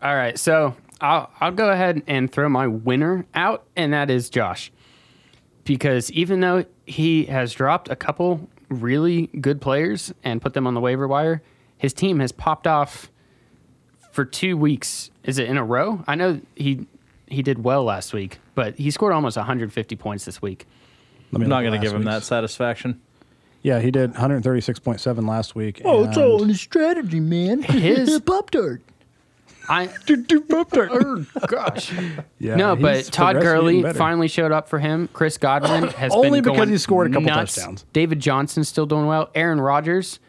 Speaker 3: all right. So I'll I'll go ahead and throw my winner out, and that is Josh, because even though he has dropped a couple really good players and put them on the waiver wire, his team has popped off for two weeks. Is it in a row? I know he he did well last week, but he scored almost 150 points this week.
Speaker 1: Let me
Speaker 2: I'm not
Speaker 1: look at
Speaker 2: going to give
Speaker 1: last
Speaker 2: him that
Speaker 1: week's.
Speaker 2: satisfaction.
Speaker 1: Yeah, he did 136.7 last week. and-
Speaker 4: the strategy, man.
Speaker 3: His-
Speaker 4: pop tart.
Speaker 3: I oh, gosh.
Speaker 1: Yeah,
Speaker 3: no,
Speaker 1: he's
Speaker 3: but Todd
Speaker 1: progressing
Speaker 3: Gurley
Speaker 1: even better.
Speaker 3: finally showed up for him. Chris Godwin has
Speaker 1: Only
Speaker 3: been
Speaker 1: because
Speaker 3: going
Speaker 1: he scored a couple
Speaker 3: nuts.
Speaker 1: touchdowns.
Speaker 3: David Johnson's still doing well. Aaron Rodgers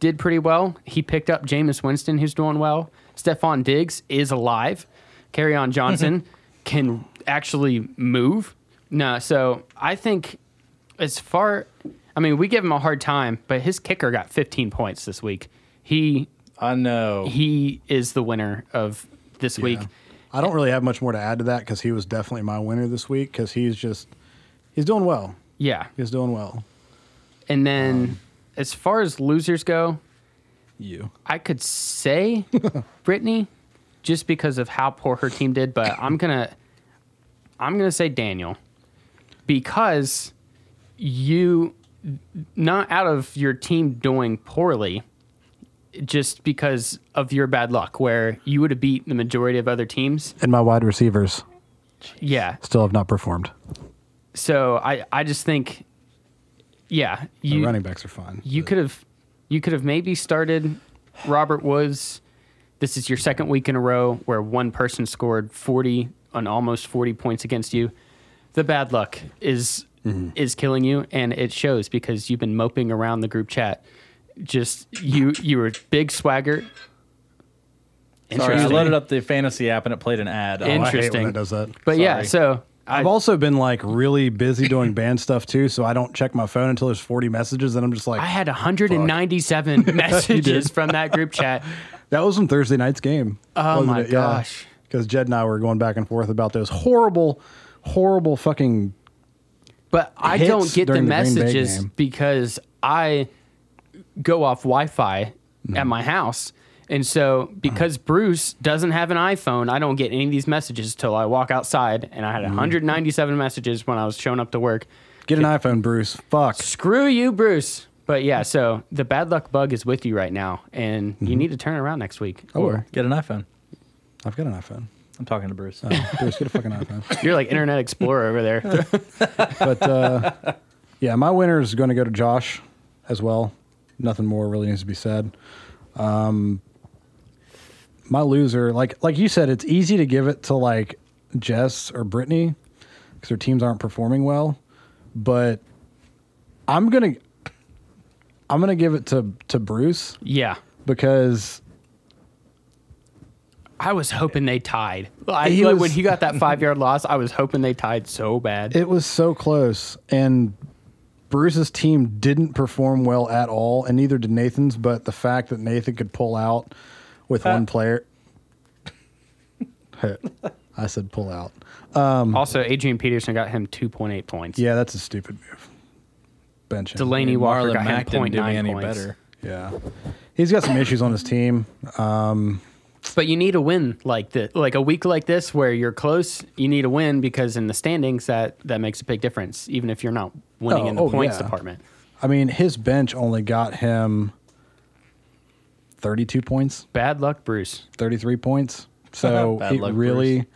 Speaker 3: did pretty well. He picked up Jameis Winston, who's doing well. Stephon Diggs is alive. Carry on Johnson can actually move. No, so I think as far, I mean, we give him a hard time, but his kicker got 15 points this week. He
Speaker 2: I know.
Speaker 3: he is the winner of this week.
Speaker 1: I don't really have much more to add to that because he was definitely my winner this week because he's just he's doing well.
Speaker 3: Yeah.
Speaker 1: He's doing well.
Speaker 3: And then as far as losers go,
Speaker 1: Um, You.
Speaker 3: I could say Brittany just because of how poor her team did, but I'm going to I'm going to say Daniel because you not out of your team doing poorly just because of your bad luck where you would have beat the majority of other teams.
Speaker 1: And my wide receivers
Speaker 3: Yeah.
Speaker 1: still have not performed.
Speaker 3: So I, I just think, yeah,
Speaker 1: The
Speaker 3: you
Speaker 1: running backs are fun.
Speaker 3: you could have you could have maybe started Robert Woods. This is your second week in a row where one person scored 40 on almost 40 points against you. The bad luck is is killing you and it shows because you've been moping around the group chat. Just you you were big swagger.
Speaker 2: Sorry, I
Speaker 3: Interesting.
Speaker 2: loaded up the fantasy app and it played an ad. Oh,
Speaker 1: Oh, I
Speaker 2: I-
Speaker 1: hate when
Speaker 3: interesting.
Speaker 1: it does that.
Speaker 3: But yeah,
Speaker 2: Sorry.
Speaker 3: so I,
Speaker 1: I've also been like really busy doing band stuff too, so I don't check my phone until there's 40 messages, and I'm just like,
Speaker 3: I had 197 messages from that group chat.
Speaker 1: that was from Thursday night's game.
Speaker 3: Oh
Speaker 1: wasn't
Speaker 3: my
Speaker 1: it?
Speaker 3: gosh.
Speaker 1: Because Jed and I were going back and forth about those horrible, horrible fucking.
Speaker 3: But I
Speaker 1: hits
Speaker 3: don't get the
Speaker 1: during the Green Bay
Speaker 3: messages
Speaker 1: game.
Speaker 3: because I go off Wi Fi
Speaker 1: Mm-hmm.
Speaker 3: at my house. And so,
Speaker 1: Uh-huh.
Speaker 3: because Bruce doesn't have an iPhone, I don't get any of these messages till I walk outside. And I
Speaker 1: Mm-hmm.
Speaker 3: had 197 messages when I was showing up to work.
Speaker 1: Get an iPhone, Bruce. Fuck.
Speaker 3: Screw you, Bruce. But yeah, so the bad luck bug is with you right now, and
Speaker 1: Mm-hmm.
Speaker 3: you need to turn it around next week.
Speaker 1: Oh,
Speaker 2: Get an iPhone.
Speaker 1: I've got an iPhone.
Speaker 2: I'm talking to Bruce.
Speaker 1: Bruce, get a fucking iPhone.
Speaker 3: You're like Internet Explorer over there.
Speaker 1: But uh, yeah, my winner is going to go to Josh as well. Nothing more really needs to be said. Um, my loser, like like you said, it's easy to give it to like Jess or Brittany because their teams aren't performing well. But I'm gonna I'm gonna give it to to Bruce
Speaker 3: yeah.
Speaker 1: because
Speaker 3: I was hoping they tied. I,
Speaker 1: He
Speaker 3: like,
Speaker 1: was-
Speaker 3: when he got that five yard loss, I was hoping they tied so bad.
Speaker 1: It was so close, and Bruce's team didn't perform well at all, and neither did Nathan's. But the fact that Nathan could pull out with one player, I said pull out.
Speaker 3: also, Adrian Peterson got him 2.8 points.
Speaker 1: Yeah, that's a stupid move. Bench him.
Speaker 3: Delaney Walker
Speaker 2: Marlon
Speaker 3: got
Speaker 2: Mack
Speaker 3: him
Speaker 2: didn't do me
Speaker 3: 0.9
Speaker 2: any
Speaker 3: points.
Speaker 2: better.
Speaker 1: Yeah, he's got some issues on his team.
Speaker 3: But you need a win like this, like a week like this where you're close. You need a win because in the standings that that makes a big difference, even if you're not winning
Speaker 1: Oh,
Speaker 3: in the
Speaker 1: oh,
Speaker 3: points
Speaker 1: yeah.
Speaker 3: department.
Speaker 1: I mean, his bench only got him thirty-two points.
Speaker 3: Bad luck, Bruce.
Speaker 1: 33 points. So
Speaker 2: Bad
Speaker 1: it
Speaker 2: luck,
Speaker 1: really,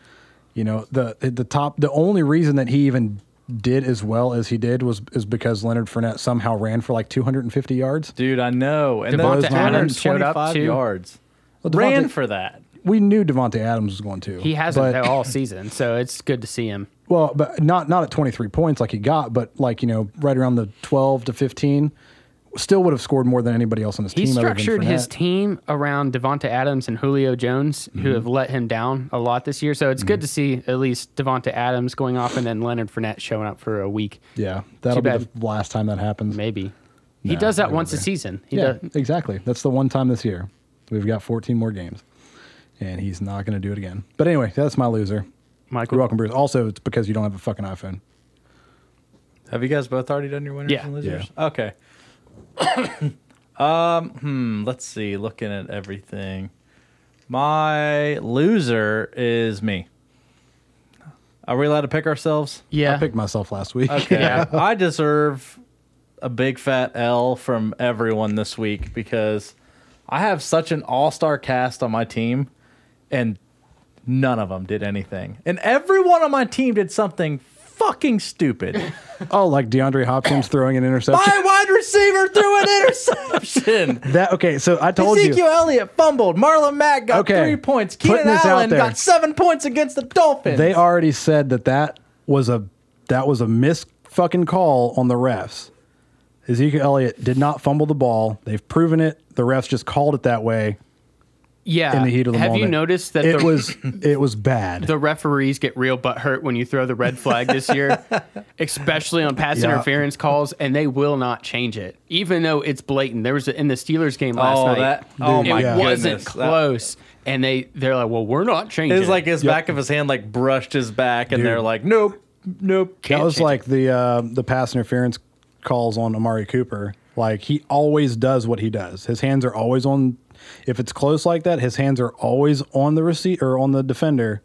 Speaker 1: you know, the the top. The only reason that he even did as well as he did was is because Leonard Fournette somehow ran for like 250 yards.
Speaker 2: Dude, I know. And
Speaker 3: Devonta
Speaker 2: then
Speaker 3: Adams showed up,
Speaker 2: 125
Speaker 3: too.
Speaker 2: yards.
Speaker 1: Well,
Speaker 2: Ran
Speaker 1: Devontae-
Speaker 2: for that.
Speaker 1: We knew Devonte Adams was going to.
Speaker 3: He hasn't
Speaker 1: But,
Speaker 3: all season, so it's good to see him.
Speaker 1: well, but not not at 23 points like he got, but like you know, right around the 12 to 15. Still would have scored more than anybody else on his
Speaker 3: He
Speaker 1: team. other than
Speaker 3: structured his
Speaker 1: Fournette.
Speaker 3: team around Devonta Adams and Julio Jones,
Speaker 2: Mm-hmm.
Speaker 3: who have let him down a lot this year. So it's good to see at least Devonta Adams going off and then Leonard Fournette showing up for a week,
Speaker 1: Yeah, that'll
Speaker 3: Too
Speaker 1: be the last time that happens.
Speaker 3: maybe. he does that
Speaker 1: never
Speaker 3: once a
Speaker 1: there.
Speaker 3: season. He
Speaker 1: Yeah,
Speaker 3: does,
Speaker 1: exactly. That's the one time this year. We've got 14 more games, and he's not going to do it again. But anyway, that's my loser.
Speaker 3: Michael.
Speaker 1: You're welcome, Bruce. Also, it's because you don't have a fucking iPhone.
Speaker 2: Have you guys both already done your winners
Speaker 3: Yeah.
Speaker 2: and
Speaker 1: Yeah.
Speaker 2: losers? Okay. um, hmm, let's see. Looking at everything. My loser is me. Are we allowed to pick ourselves?
Speaker 1: I
Speaker 3: yeah.
Speaker 1: picked myself last week.
Speaker 2: Okay.
Speaker 3: Yeah.
Speaker 2: I deserve a big fat L from everyone this week because I have such an all star cast on my team and none of them did anything. And everyone on my team did something fucking stupid.
Speaker 1: oh, like DeAndre Hopkins throwing an interception.
Speaker 2: My wide receiver threw an interception.
Speaker 1: That okay? So I told
Speaker 2: Ezekiel
Speaker 1: you.
Speaker 2: Elliott fumbled. Marlon Mack got
Speaker 1: Okay.
Speaker 2: three points.
Speaker 1: Putting
Speaker 2: Keenan
Speaker 1: this out
Speaker 2: Allen
Speaker 1: there.
Speaker 2: got seven points against the Dolphins.
Speaker 1: They already said that that was a that was a miss fucking call on the refs. Ezekiel Elliott did not fumble the ball. They've proven it. The refs just called it that way
Speaker 3: Yeah.
Speaker 1: in the heat of the
Speaker 3: Have
Speaker 1: moment.
Speaker 3: you noticed that
Speaker 1: it
Speaker 3: the,
Speaker 1: was it was bad?
Speaker 3: the referees get real butthurt when you throw the red flag this year, especially on pass
Speaker 1: Yeah.
Speaker 3: interference calls, and they will not change it, even though it's blatant. There was a, in the Steelers game last
Speaker 2: Oh,
Speaker 3: night.
Speaker 2: that- oh
Speaker 1: my
Speaker 3: it wasn't
Speaker 2: goodness, that-
Speaker 3: close, and they they're like, "Well, we're not changing."
Speaker 2: It was like his
Speaker 1: Yep.
Speaker 2: back of his hand like brushed his back, and
Speaker 1: Dude.
Speaker 2: they're like, nope, nope.
Speaker 1: That
Speaker 2: can't
Speaker 1: was
Speaker 2: change
Speaker 1: like the uh, the pass interference calls on Amari Cooper. Like he always does what he does. His hands are always on. If it's close like that, his hands are always on the receipt or on the defender,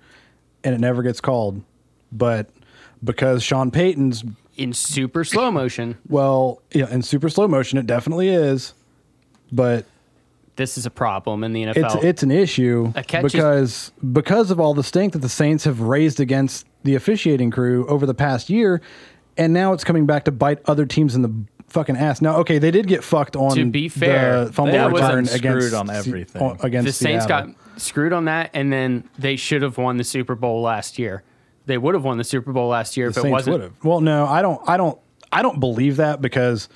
Speaker 1: and it never gets called. But because Sean Payton's
Speaker 3: in super slow motion.
Speaker 1: well, yeah, in super slow motion, it definitely is. But
Speaker 3: This is a problem in the NFL.
Speaker 1: it's it's an issue
Speaker 3: A catch is-
Speaker 1: because because of all the stink that the Saints have raised against the officiating crew over the past year. and now it's coming back to bite other teams in the fucking ass. Now, okay, they did get fucked on.
Speaker 3: To be fair,
Speaker 1: the fumble
Speaker 2: they wasn't
Speaker 1: return
Speaker 2: screwed
Speaker 1: against
Speaker 2: on
Speaker 1: Se-
Speaker 2: everything.
Speaker 1: on- against
Speaker 3: the Saints
Speaker 1: Seattle.
Speaker 3: got screwed on that, and then they should have won the Super Bowl last year. They would have won the Super Bowl last year if
Speaker 1: the
Speaker 3: it
Speaker 1: Saints
Speaker 3: wasn't.
Speaker 1: would've. Well, no, I don't. I don't. I don't believe that because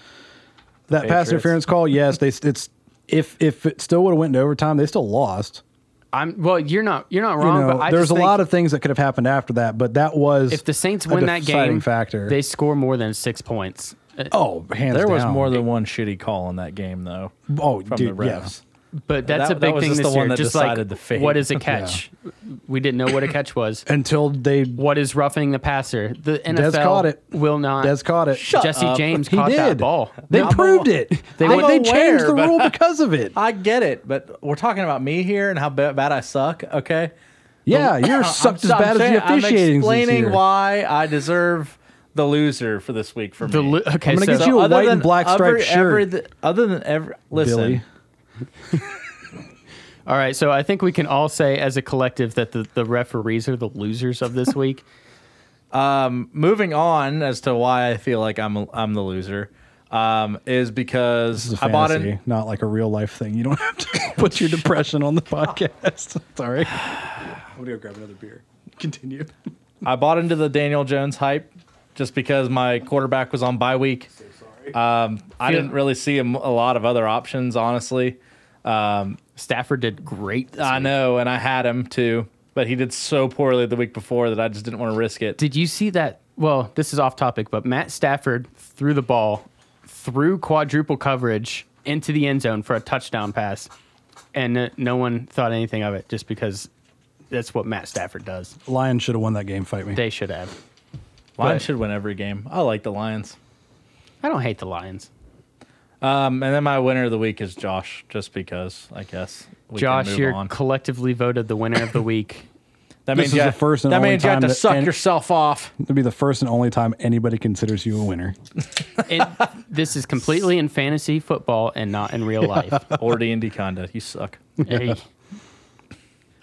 Speaker 1: that pass
Speaker 2: Patriots.
Speaker 1: interference call. Yes, they. It's if if it still would have went into overtime, they still lost.
Speaker 3: I'm well. You're not. You're not
Speaker 1: You
Speaker 3: wrong.
Speaker 1: know,
Speaker 3: but I
Speaker 1: there's
Speaker 3: just
Speaker 1: a
Speaker 3: think
Speaker 1: lot of things that could have happened after that, but that was
Speaker 3: if the Saints
Speaker 1: a
Speaker 3: win that
Speaker 1: deciding
Speaker 3: game,
Speaker 1: factor.
Speaker 3: they score more than six points. Uh,
Speaker 1: oh, hands
Speaker 2: There was
Speaker 1: down.
Speaker 2: more than one shitty call in that game, though.
Speaker 1: oh,
Speaker 2: from
Speaker 1: dude,
Speaker 2: the refs.
Speaker 1: yes.
Speaker 3: But that's
Speaker 2: That-
Speaker 3: a
Speaker 2: that
Speaker 3: big
Speaker 2: was
Speaker 3: thing
Speaker 2: just
Speaker 3: this
Speaker 2: the one
Speaker 3: year.
Speaker 2: that
Speaker 3: Just
Speaker 2: decided the
Speaker 3: like
Speaker 2: fate.
Speaker 3: what is a catch? We didn't know what a catch was.
Speaker 1: Until they
Speaker 3: What is roughing the passer? The NFL
Speaker 1: caught it.
Speaker 3: will not.
Speaker 1: Des caught it.
Speaker 3: Jesse James
Speaker 1: he
Speaker 3: caught
Speaker 1: did.
Speaker 3: that ball.
Speaker 1: They
Speaker 2: I'm
Speaker 1: proved
Speaker 2: aw-
Speaker 1: it. They,
Speaker 2: I'm
Speaker 1: they changed
Speaker 2: aware,
Speaker 1: the
Speaker 2: but-
Speaker 1: rule because of it.
Speaker 2: I get it, but we're talking about me here and how ba- bad I suck. Okay,
Speaker 1: Yeah, you're sucked as
Speaker 2: I'm
Speaker 1: bad
Speaker 2: saying-
Speaker 1: as the officiating.
Speaker 2: I'm explaining
Speaker 1: this year.
Speaker 2: why I deserve the loser for this week for
Speaker 3: The
Speaker 2: me.
Speaker 3: lo- okay,
Speaker 1: I'm gonna
Speaker 3: so
Speaker 1: get you a
Speaker 2: other
Speaker 1: white
Speaker 2: than
Speaker 1: and black striped
Speaker 2: every-
Speaker 1: shirt.
Speaker 2: every- th- other than every listen,
Speaker 1: Billy.
Speaker 3: All right, so I think we can all say as a collective that the, the referees are the losers of this week.
Speaker 2: moving on as to why I feel like I'm I'm the loser um, is because
Speaker 1: It's a
Speaker 2: I bought
Speaker 1: fantasy,
Speaker 2: an
Speaker 1: not like a real life thing. You don't have to put your depression on the podcast. Sorry. I'm gonna go grab another beer. Continue.
Speaker 2: I bought into the Daniel Jones hype just because my quarterback was on bye week. Um, I
Speaker 3: Feel-
Speaker 2: didn't really see a, m- a lot of other options, honestly.
Speaker 3: Stafford did great. Uh, this
Speaker 2: I
Speaker 3: week.
Speaker 2: know, and I had him too, but he did so poorly the week before that I just didn't want to risk it.
Speaker 3: Did you see that? Well, this is off topic, but Matt Stafford threw the ball through quadruple coverage into the end zone for a touchdown pass, and uh, no one thought anything of it just because that's what Matt Stafford does.
Speaker 1: Lion should have won that game. Fight me.
Speaker 3: They should have.
Speaker 2: Lions
Speaker 3: but-
Speaker 2: should win every game. I like the Lions.
Speaker 3: I don't hate the Lions.
Speaker 2: Um, and then my winner of the week is Josh, just because I guess. We can
Speaker 3: Josh,
Speaker 2: move
Speaker 3: you're
Speaker 2: on.
Speaker 3: collectively voted the winner of the week.
Speaker 2: that
Speaker 1: This
Speaker 2: means
Speaker 1: is
Speaker 2: you
Speaker 1: the
Speaker 2: ha-
Speaker 1: first and
Speaker 2: that
Speaker 1: only
Speaker 2: means you have
Speaker 1: time
Speaker 2: to
Speaker 1: that
Speaker 2: suck
Speaker 1: any-
Speaker 2: yourself off.
Speaker 1: It'll be the first and only time anybody considers you a winner.
Speaker 3: And this is completely in fantasy football and not in real life.
Speaker 2: or the Indyconda. You suck.
Speaker 3: Hey.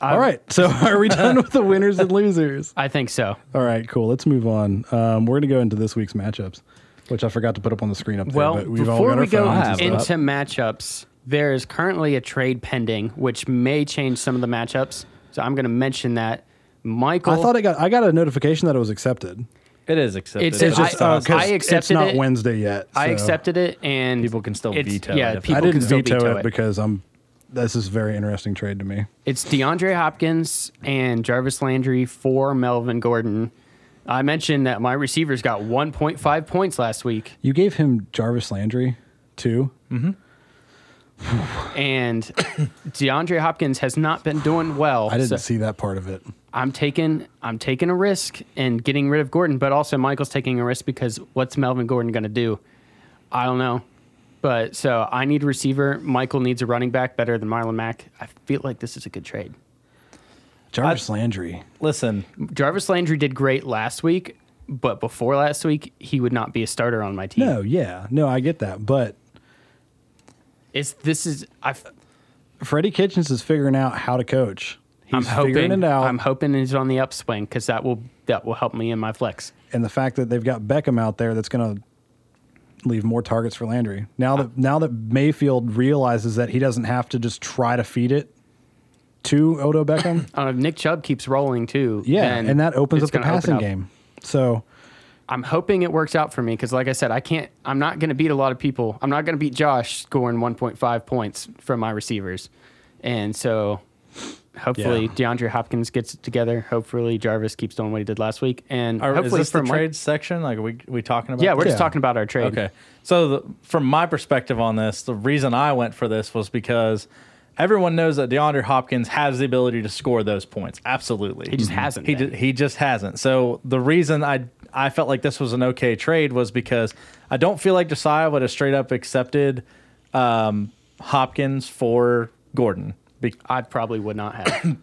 Speaker 1: All right. So are we done with the winners and losers?
Speaker 3: I think so.
Speaker 1: All right, cool. Let's move on. Um, we're gonna go into this week's matchups, which I forgot to put up on the screen up there.
Speaker 3: Well,
Speaker 1: but we've all
Speaker 3: before
Speaker 1: got our
Speaker 3: we go
Speaker 1: phones and
Speaker 3: into
Speaker 1: stuff.
Speaker 3: matchups, there is currently a trade pending, which may change some of the matchups. So I'm going to mention that. Michael,
Speaker 1: I thought I got I got a notification that it was accepted.
Speaker 2: It is accepted.
Speaker 3: It's- it's
Speaker 1: It's just
Speaker 3: I-
Speaker 1: uh, 'cause
Speaker 3: I
Speaker 1: it's
Speaker 3: accepted
Speaker 1: not
Speaker 3: it.
Speaker 1: Wednesday yet.
Speaker 3: I
Speaker 1: so.
Speaker 3: accepted it, and
Speaker 2: People can still
Speaker 3: it's-
Speaker 2: veto
Speaker 3: Yeah,
Speaker 2: it if they
Speaker 3: people
Speaker 1: I didn't
Speaker 3: can still
Speaker 1: veto,
Speaker 3: veto,
Speaker 1: it, because I'm. This is a very interesting trade to me.
Speaker 3: It's DeAndre Hopkins and Jarvis Landry for Melvin Gordon. I mentioned that my receivers got 1.5 points last week,
Speaker 1: You gave him Jarvis Landry, too.
Speaker 3: and DeAndre Hopkins has not been doing well.
Speaker 1: I didn't
Speaker 3: so-
Speaker 1: see that part of it.
Speaker 3: I'm taking I'm taking a risk and getting rid of Gordon, but also Michael's taking a risk because what's Melvin Gordon going to do? I don't know. But so I need a receiver. Michael needs a running back better than Marlon Mack. I feel like this is a good trade.
Speaker 1: Jarvis Landry.
Speaker 2: Listen,
Speaker 3: Jarvis Landry did great last week, but before last week, he would not be a starter on my team.
Speaker 1: No, yeah, no, I get that, but
Speaker 3: It's this is I f-
Speaker 1: Freddie Kitchens is figuring out how to coach. He's
Speaker 3: I'm
Speaker 1: figuring
Speaker 3: hoping
Speaker 1: it out,
Speaker 3: I'm hoping it's on the upswing because that will that will help me in my flex.
Speaker 1: and the fact that they've got Beckham out there, that's going to leave more targets for Landry. Now that now that Mayfield realizes that he doesn't have to just try to feed it to Odo Beckham,
Speaker 3: I don't know, if Nick Chubb keeps rolling too.
Speaker 1: yeah,
Speaker 3: then
Speaker 1: and that opens
Speaker 3: it's
Speaker 1: up the
Speaker 3: gonna open
Speaker 1: passing
Speaker 3: up.
Speaker 1: game. So
Speaker 3: I'm hoping it works out for me because, like I said, I can't. I'm not going to beat a lot of people. I'm not going to beat Josh scoring 1.5 points from my receivers, and so hopefully
Speaker 1: Yeah.
Speaker 3: DeAndre Hopkins gets it together. Hopefully Jarvis keeps doing what he did last week, and
Speaker 2: are, is
Speaker 3: hopefully
Speaker 2: this the
Speaker 3: Mike-
Speaker 2: trade section? Like, are we we talking about?
Speaker 3: yeah, we're
Speaker 1: Yeah.
Speaker 3: just talking about our trade.
Speaker 2: Okay. So, the, from my perspective on this, the reason I went for this was because everyone knows that DeAndre Hopkins has the ability to score those points. Absolutely. He
Speaker 3: just hasn't
Speaker 2: He,
Speaker 3: been.
Speaker 2: ju- he just hasn't. So, the reason I I felt like this was an okay trade was because I don't feel like Josiah would have straight up accepted um, Hopkins for Gordon. Be-
Speaker 3: I probably would not have.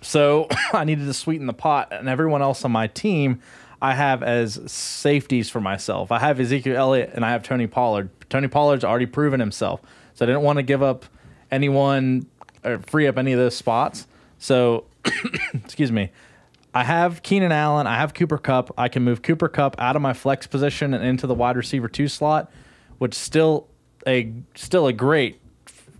Speaker 2: So I needed to sweeten the pot, and everyone else on my team I have as safeties for myself. I have Ezekiel Elliott and I have Tony Pollard. Tony Pollard's already proven himself, so I didn't want to give up anyone or free up any of those spots. So, excuse me, I have Keenan Allen. I have Cooper Cup. I can move Cooper Cup out of my flex position and into the wide receiver two slot, which still a still a great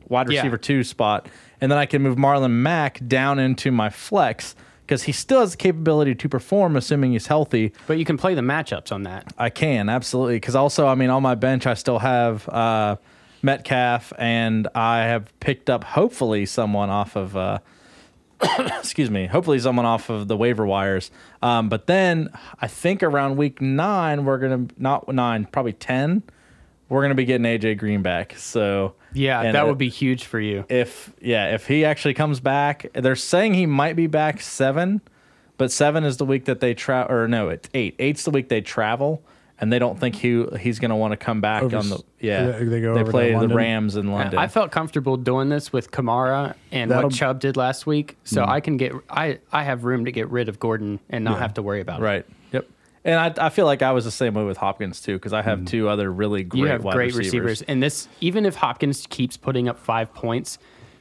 Speaker 2: wide
Speaker 3: Yeah.
Speaker 2: receiver two spot. And then I can move Marlon Mack down into my flex because he still has the capability to perform, assuming he's healthy.
Speaker 3: But you can play the matchups on that.
Speaker 2: I can absolutely because also I mean on my bench I still have uh, Metcalf and I have picked up hopefully someone off of uh, excuse me hopefully someone off of the waiver wires. Um, but then I think around week nine we're gonna not nine probably ten we're gonna be getting AJ Green back. So
Speaker 3: Yeah,
Speaker 2: and
Speaker 3: that
Speaker 2: it-
Speaker 3: would be huge for you.
Speaker 2: if yeah if he actually comes back they're saying he might be back seven but seven is the week that they travel or no it's eight eight's the week they travel and they don't think he he's going to want to come back
Speaker 1: Over
Speaker 2: on the
Speaker 1: s-
Speaker 2: yeah
Speaker 1: they- they go over to
Speaker 2: play the
Speaker 1: London?
Speaker 2: rams in london
Speaker 3: I felt comfortable doing this with Kamara and
Speaker 1: That'll- Mm.
Speaker 3: what Chubb did last week, so I can get I I have room to get rid of Gordon and not have to worry about it.
Speaker 2: right yep and I, I feel like I was the same way with Hopkins too because I have
Speaker 1: Mm.
Speaker 2: two other really great
Speaker 3: You have
Speaker 2: wide
Speaker 3: great receivers.
Speaker 2: receivers.
Speaker 3: and this even if Hopkins keeps putting up five points,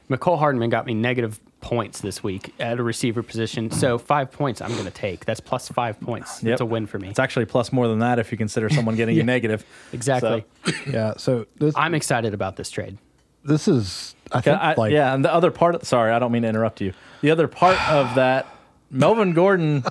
Speaker 3: McCole Hardman got me negative points this week at a receiver position. So five points I'm going to take. That's plus five points. That's a win for me.
Speaker 2: It's actually plus more than that if you consider someone getting you negative.
Speaker 3: Exactly.
Speaker 1: Yeah. So this,
Speaker 3: I'm excited about this trade.
Speaker 1: this is I
Speaker 2: Yeah,
Speaker 1: think
Speaker 2: I,
Speaker 1: like
Speaker 2: yeah, and the other part. Of, sorry, I don't mean to interrupt you. The other part of that, Melvin Gordon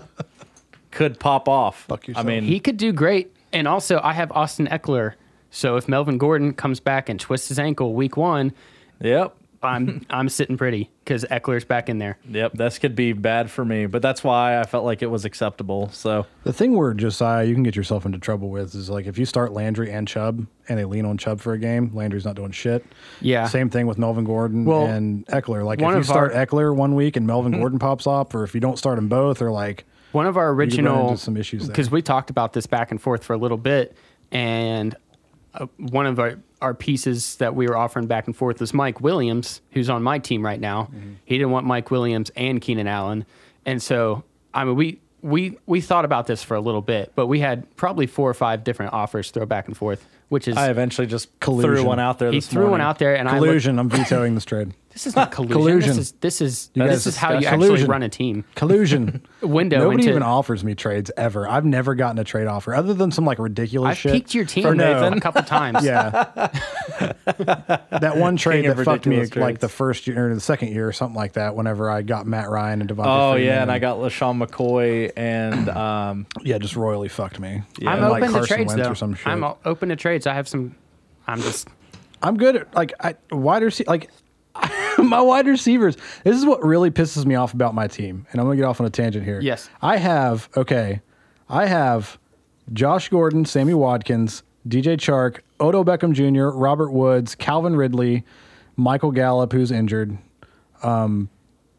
Speaker 2: could pop off.
Speaker 1: Fuck
Speaker 2: I
Speaker 1: yourself.
Speaker 2: mean,
Speaker 3: He could do great. And also, I have Austin Eckler. So if Melvin Gordon comes back and twists his ankle week one,
Speaker 2: yep,
Speaker 3: I'm I'm sitting pretty because Eckler's back in there.
Speaker 2: yep. This could be bad for me, but that's why I felt like it was acceptable. So
Speaker 1: the thing where Josiah you can get yourself into trouble with is like if you start Landry and Chubb and they lean on Chubb for a game, Landry's not doing shit.
Speaker 3: Yeah.
Speaker 1: Same thing with Melvin Gordon
Speaker 3: Well,
Speaker 1: and Eckler. Like if
Speaker 3: one
Speaker 1: you
Speaker 3: of
Speaker 1: start
Speaker 3: our- Mm-hmm.
Speaker 1: Eckler one week and Melvin Gordon pops up, or if you don't start them both, or like
Speaker 3: One of our
Speaker 1: could run into
Speaker 3: original
Speaker 1: some issues there.
Speaker 3: because we talked about this back and forth for a little bit, and uh, one of our our pieces that we were offering back and forth was Mike Williams, who's on my team right now.
Speaker 1: Mm-hmm.
Speaker 3: He didn't want Mike Williams and Keenan Allen, and so I mean we. We, we thought about this for a little bit, but we had probably four or five different offers throw back and forth, which is
Speaker 2: I eventually just threw
Speaker 1: Collusion.
Speaker 2: one out there.
Speaker 3: he
Speaker 2: this
Speaker 3: threw one
Speaker 2: morning.
Speaker 3: out there and I looked,
Speaker 1: collusion, I'm vetoing this trade.
Speaker 3: this is not collusion.
Speaker 1: Collusion.
Speaker 3: This is this is
Speaker 1: You guys
Speaker 3: this is how you
Speaker 1: discussed-
Speaker 3: actually
Speaker 1: Collusion.
Speaker 3: run a team.
Speaker 1: Collusion.
Speaker 3: Window
Speaker 1: Nobody
Speaker 3: into-
Speaker 1: even offers me trades ever. I've never gotten a trade offer other than some like ridiculous
Speaker 3: I've
Speaker 1: shit.
Speaker 3: peaked your team
Speaker 1: Or no.
Speaker 3: Nathan, a couple times.
Speaker 1: Yeah. that one trade
Speaker 2: King of
Speaker 1: that fucked me
Speaker 2: ridiculous
Speaker 1: like the
Speaker 2: trades.
Speaker 1: first year or the second year or something like that whenever I got Matt Ryan and Devontae
Speaker 2: Oh
Speaker 1: Freeman
Speaker 2: yeah, and I got LaShawn McCoy and um,
Speaker 1: yeah, just royally fucked me.
Speaker 3: I'm
Speaker 1: And,
Speaker 3: open
Speaker 1: like,
Speaker 3: to
Speaker 1: Carson
Speaker 3: trades
Speaker 1: Wentz
Speaker 3: though.
Speaker 1: Or some shit.
Speaker 3: I'm o- open to trades. I have some. I'm just.
Speaker 1: I'm good at like I wide receiver like my wide receivers. This is what really pisses me off about my team, and I'm gonna get off on a tangent here.
Speaker 3: Yes.
Speaker 1: I have okay, I have Josh Gordon, Sammy Watkins, DJ Chark, Odo Beckham Jr., Robert Woods, Calvin Ridley, Michael Gallup, who's injured. Um,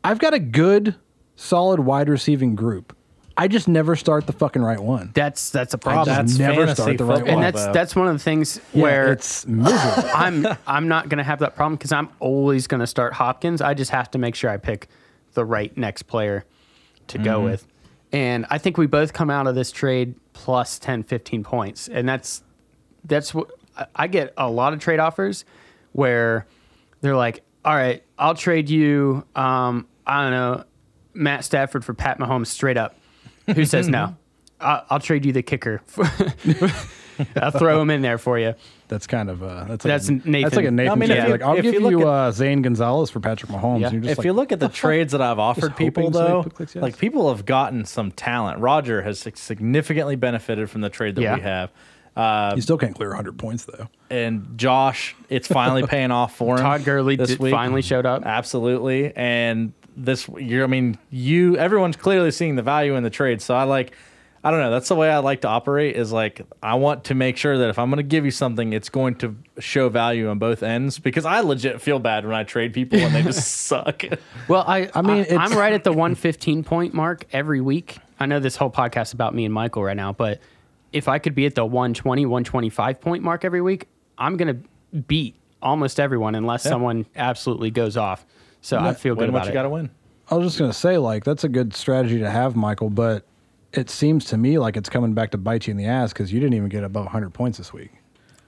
Speaker 1: I've got a good, solid wide receiving group. I just never start the fucking right one.
Speaker 3: That's that's a
Speaker 1: I
Speaker 3: problem.
Speaker 1: just
Speaker 2: that's
Speaker 1: never
Speaker 2: fantasy
Speaker 1: start the right
Speaker 2: football.
Speaker 1: one.
Speaker 3: and that's
Speaker 2: Wow.
Speaker 3: that's one of the things where
Speaker 1: it's miserable.
Speaker 3: I'm I'm not gonna have that problem because I'm always gonna start Hopkins. I just have to make sure I pick the right next player to go with. And I think we both come out of this trade plus 10, 15 points. And that's that's what I- I get a lot of trade offers where they're like, all right, I'll trade you um, I don't know, Matt Stafford for Pat Mahomes straight up. Who says no? I- I'll trade you the kicker. I'll throw him in there for you.
Speaker 1: That's kind of uh, that's like
Speaker 3: That's
Speaker 1: a,
Speaker 3: Nathan.
Speaker 1: That's like a Nathan.
Speaker 2: I mean,
Speaker 1: trade.
Speaker 2: if you-
Speaker 1: like I'll
Speaker 2: if
Speaker 1: give
Speaker 2: you
Speaker 1: you,
Speaker 2: look at-
Speaker 1: uh, Zane Gonzalez for Patrick Mahomes.
Speaker 3: Yeah.
Speaker 1: And you're just
Speaker 2: if
Speaker 1: like,
Speaker 2: you look at the trades that I've offered
Speaker 1: hoping
Speaker 2: people,
Speaker 1: somebody
Speaker 2: though,
Speaker 1: clicks yes.
Speaker 2: like people have gotten some talent. Roger has sig- significantly benefited from the trade that
Speaker 3: Yeah.
Speaker 2: we have, Uh,
Speaker 1: you still can't clear 100 points though.
Speaker 2: and Josh, it's finally paying off for him.
Speaker 3: Todd Gurley
Speaker 2: this
Speaker 3: did-
Speaker 2: week.
Speaker 3: finally showed up.
Speaker 2: absolutely. And this, you're, I mean, you, everyone's clearly seeing the value in the trade. So I like, I don't know. That's the way I like to operate. Is like I want to make sure that if I'm going to give you something, it's going to show value on both ends. Because I legit feel bad when I trade people and they just suck.
Speaker 3: Well, I I
Speaker 1: mean,
Speaker 3: mean
Speaker 1: it's-
Speaker 3: I'm right at the 115 point mark every week. I know this whole podcast about me and Michael right now, but if I could be at the 120, 125 point mark every week, I'm gonna beat almost everyone unless someone absolutely goes off. So I feel good
Speaker 2: Win what
Speaker 3: about
Speaker 2: you
Speaker 3: it.
Speaker 2: got to win.
Speaker 1: I was just gonna say like that's a good strategy to have, Michael. But it seems to me like it's coming back to bite you in the ass because you didn't even get above 100 points this week.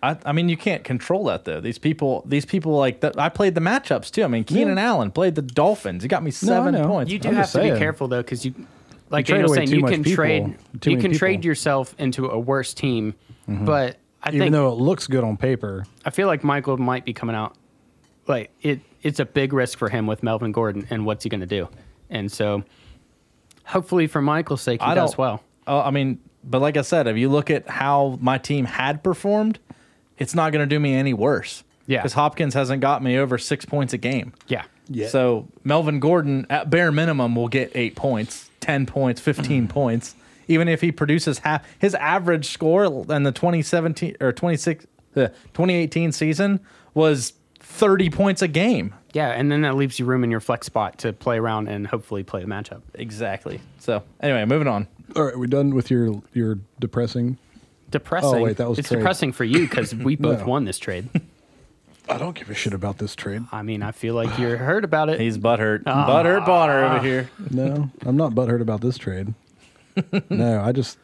Speaker 2: I, I mean, you can't control that though. These people, these people like that. I played the matchups too. I mean, Keenan Allen played the Dolphins. He got me
Speaker 1: No, I
Speaker 2: seven
Speaker 1: know.
Speaker 2: points.
Speaker 3: you do
Speaker 1: I'm
Speaker 3: have
Speaker 1: just
Speaker 3: to be
Speaker 1: saying.
Speaker 3: careful though, because you like
Speaker 1: trade
Speaker 3: Daniel's
Speaker 1: away
Speaker 3: saying,
Speaker 1: too
Speaker 3: you
Speaker 1: much
Speaker 3: can
Speaker 1: people,
Speaker 3: trade
Speaker 1: too
Speaker 3: you
Speaker 1: many
Speaker 3: can
Speaker 1: people. Mm-hmm.
Speaker 3: trade yourself into a worse team, but I
Speaker 1: even
Speaker 3: think
Speaker 1: though it looks good on paper.
Speaker 3: I feel like Michael might be coming out. Like it, it's a big risk for him with Melvin Gordon, and what's he going to do? And so, hopefully, for Michael's sake, he
Speaker 2: I
Speaker 3: does
Speaker 2: don't-
Speaker 3: well.
Speaker 2: Oh, I mean, but like I said, if you look at how my team had performed, it's not going to do me any worse.
Speaker 3: Yeah.
Speaker 2: Because Hopkins hasn't got me over six points a game.
Speaker 3: Yeah,
Speaker 1: Yeah.
Speaker 2: So Melvin Gordon, at bare minimum, will get eight points, 10 points, 15 points. Even if he produces half his average score in the 2017 or 26, uh, 2018 season was 30 points a game.
Speaker 3: yeah, and then that leaves you room in your flex spot to play around and hopefully play the matchup.
Speaker 2: Exactly. So anyway, moving on.
Speaker 1: All right, we're done with your your depressing.
Speaker 3: Depressing.
Speaker 1: Oh, wait, that was
Speaker 3: it's
Speaker 1: trade.
Speaker 3: depressing for you because we both
Speaker 1: No.
Speaker 3: won this trade.
Speaker 1: I don't give a shit about this trade.
Speaker 3: I mean, I feel like you're hurt about it.
Speaker 2: He's butthurt.
Speaker 3: Ah.
Speaker 2: butthurt Bonner over here.
Speaker 1: No, I'm not butthurt about this trade. No, I just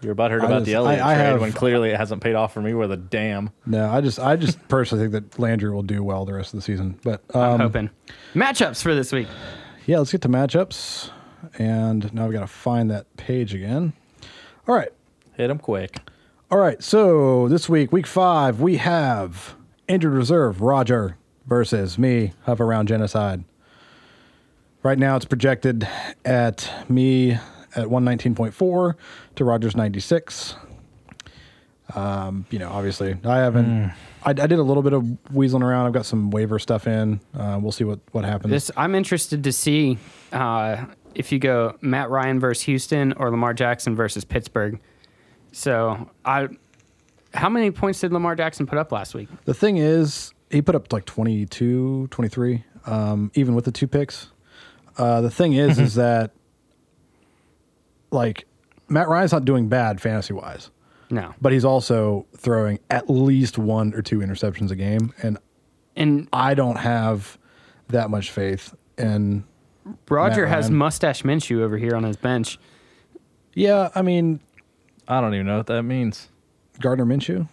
Speaker 2: You're butthurt
Speaker 1: I
Speaker 2: about
Speaker 1: just-
Speaker 2: the Elliott
Speaker 1: I- I
Speaker 2: trade
Speaker 1: have-
Speaker 2: when clearly it hasn't paid off for me with a damn.
Speaker 1: no, I just I just personally think that Landry will do well the rest of the season. But
Speaker 3: I'm
Speaker 1: um,
Speaker 3: hoping matchups for this week.
Speaker 1: yeah, let's get to matchups. And now I've got to find that page again. All right.
Speaker 2: Hit him quick.
Speaker 1: All right. So this week, week five, we have injured reserve Roger versus me, Huff Around Genocide. Right now, it's projected at me at 119.4 to Roger's 96. Um, you know, obviously, I haven't. I, I did a little bit of weaseling around. I've got some waiver stuff in. Uh, we'll see what what happens.
Speaker 3: This I'm interested to see uh, if you go Matt Ryan versus Houston or Lamar Jackson versus Pittsburgh. So I, how many points did Lamar Jackson put up last week?
Speaker 1: The thing is, he put up like 22, 23, um, even with the two picks. Uh, the thing is, is that like Matt Ryan's not doing bad fantasy wise,
Speaker 3: No,
Speaker 1: but he's also throwing at least one or two interceptions a game, and
Speaker 3: and
Speaker 1: I don't have that much faith. And
Speaker 3: Roger
Speaker 1: Matt
Speaker 3: has
Speaker 1: Ryan.
Speaker 3: mustache Minshew over here on his bench.
Speaker 1: yeah, I mean
Speaker 2: I don't even know what that means.
Speaker 1: Gardner Minshew.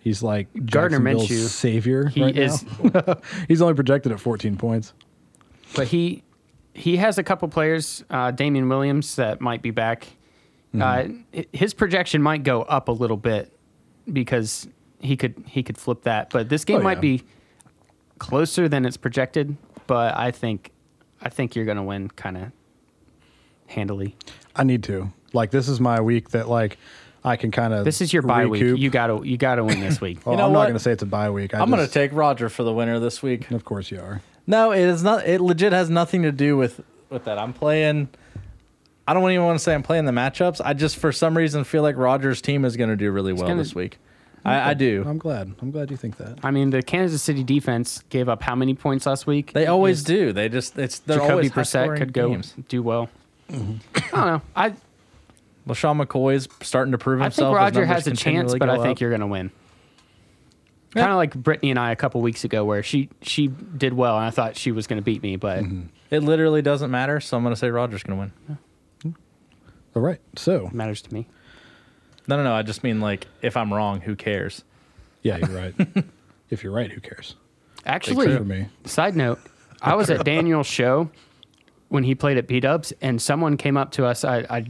Speaker 1: He's like
Speaker 3: Gardner
Speaker 1: Jacksonville's
Speaker 3: Minshew,
Speaker 1: savior.
Speaker 3: he
Speaker 1: right
Speaker 3: is-
Speaker 1: now. he's only projected at 14 points.
Speaker 3: but he he has a couple players, uh, Damian Williams that might be back.
Speaker 2: Mm-hmm.
Speaker 3: Uh, hi- his projection might go up a little bit because he could he could flip that. But this game
Speaker 1: Oh,
Speaker 3: might
Speaker 1: yeah.
Speaker 3: be closer than it's projected. But I think I think you're gonna win kind of handily.
Speaker 1: I need to. Like this is my week that like I can kind of.
Speaker 3: This is your bye week. You gotta you gotta win this week.
Speaker 1: well,
Speaker 2: You know
Speaker 1: I'm
Speaker 2: what?
Speaker 1: not going to say it's a bye week. I
Speaker 2: I'm going to
Speaker 1: just-
Speaker 2: take Roger for the winner this week.
Speaker 1: Of course you are.
Speaker 2: No, it is not. It legit has nothing to do with with that. I'm playing. I don't even want to say I'm playing the matchups. I just for some reason feel like Roger's team is going to do really well
Speaker 3: gonna-
Speaker 2: this week. I, I do.
Speaker 1: I'm glad. I'm glad you think that.
Speaker 3: I mean, the Kansas City defense gave up how many points last week?
Speaker 2: They always do. They just it's they're
Speaker 3: Jacoby
Speaker 2: always high
Speaker 3: Brissett
Speaker 2: scoring
Speaker 3: could go
Speaker 2: games. Mm-hmm.
Speaker 3: do well. I don't know. I
Speaker 2: LaShawn McCoy's starting to prove
Speaker 3: I think
Speaker 2: himself. His
Speaker 3: Roger
Speaker 2: numbers
Speaker 3: has a chance,
Speaker 2: continually
Speaker 3: but
Speaker 2: go
Speaker 3: I think
Speaker 2: up.
Speaker 3: you're going to win. Kind of like Brittany and I a couple weeks ago, where she she did well, and I thought she was going to beat me, but
Speaker 1: Mm-hmm.
Speaker 2: It literally doesn't matter. So I'm going to say Roger's going to win.
Speaker 1: All right. So
Speaker 3: it matters to me.
Speaker 2: No, no, no. I just mean like if I'm wrong, who cares?
Speaker 1: yeah, you're right. if you're right, who cares?
Speaker 3: Actually,
Speaker 1: For me,
Speaker 3: side note, I was at Daniel's show when he played at B Dubs, and someone came up to us. I, I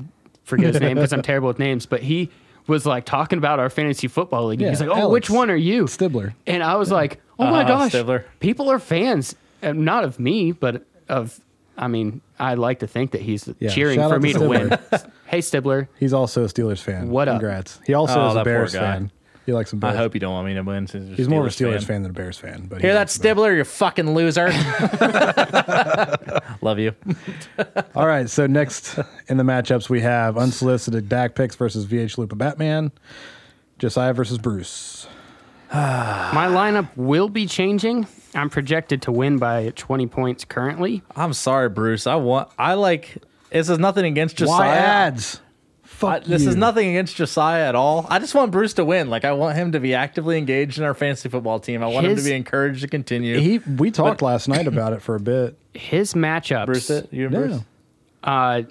Speaker 3: forget his name because I'm terrible with names, but he was like talking about our fantasy football league. and He's
Speaker 1: Yeah,
Speaker 3: like, "Oh, which
Speaker 1: Alex
Speaker 3: one are you?"
Speaker 1: Stibler.
Speaker 3: And I was like, "Oh my
Speaker 2: Uh-huh,
Speaker 3: gosh,
Speaker 2: Stibler.
Speaker 3: people are fans, uh, not of me, but of." I mean, I like to think that he's
Speaker 1: Yeah,
Speaker 3: cheering
Speaker 1: shout
Speaker 3: for
Speaker 1: out
Speaker 3: me
Speaker 1: to
Speaker 3: to win. hey, Stibler,
Speaker 1: He's also a Steelers fan.
Speaker 3: What up?
Speaker 1: Congrats. He also
Speaker 2: Oh,
Speaker 1: is
Speaker 2: that
Speaker 1: a
Speaker 2: poor
Speaker 1: Bears
Speaker 2: guy.
Speaker 1: fan. He likes some. Bears.
Speaker 2: I hope you don't want me to win. since you're
Speaker 1: he's more of a Steelers fan. than a Bears fan. But he
Speaker 2: Hear that,
Speaker 1: likes the Bears.
Speaker 2: Stibler? You fucking loser. Love you.
Speaker 1: All right, so next in the matchups we have unsolicited Dak picks versus VH Loop of Batman, Josiah versus Bruce.
Speaker 3: my lineup will be changing. I'm projected to win by 20 points currently.
Speaker 2: I'm sorry, Bruce. I want. I like. This is nothing against Josiah.
Speaker 1: Why ads? Fuck
Speaker 2: I- this is
Speaker 1: you.
Speaker 2: nothing against Josiah at all. I just want Bruce to win. Like I want him to be actively engaged in our fantasy football team. I want him
Speaker 3: His-
Speaker 2: to be encouraged to continue.
Speaker 1: He we talked last night about it for a bit.
Speaker 3: His matchups.
Speaker 2: Bruce, it you and
Speaker 1: Yeah.
Speaker 2: Bruce.
Speaker 3: Uh,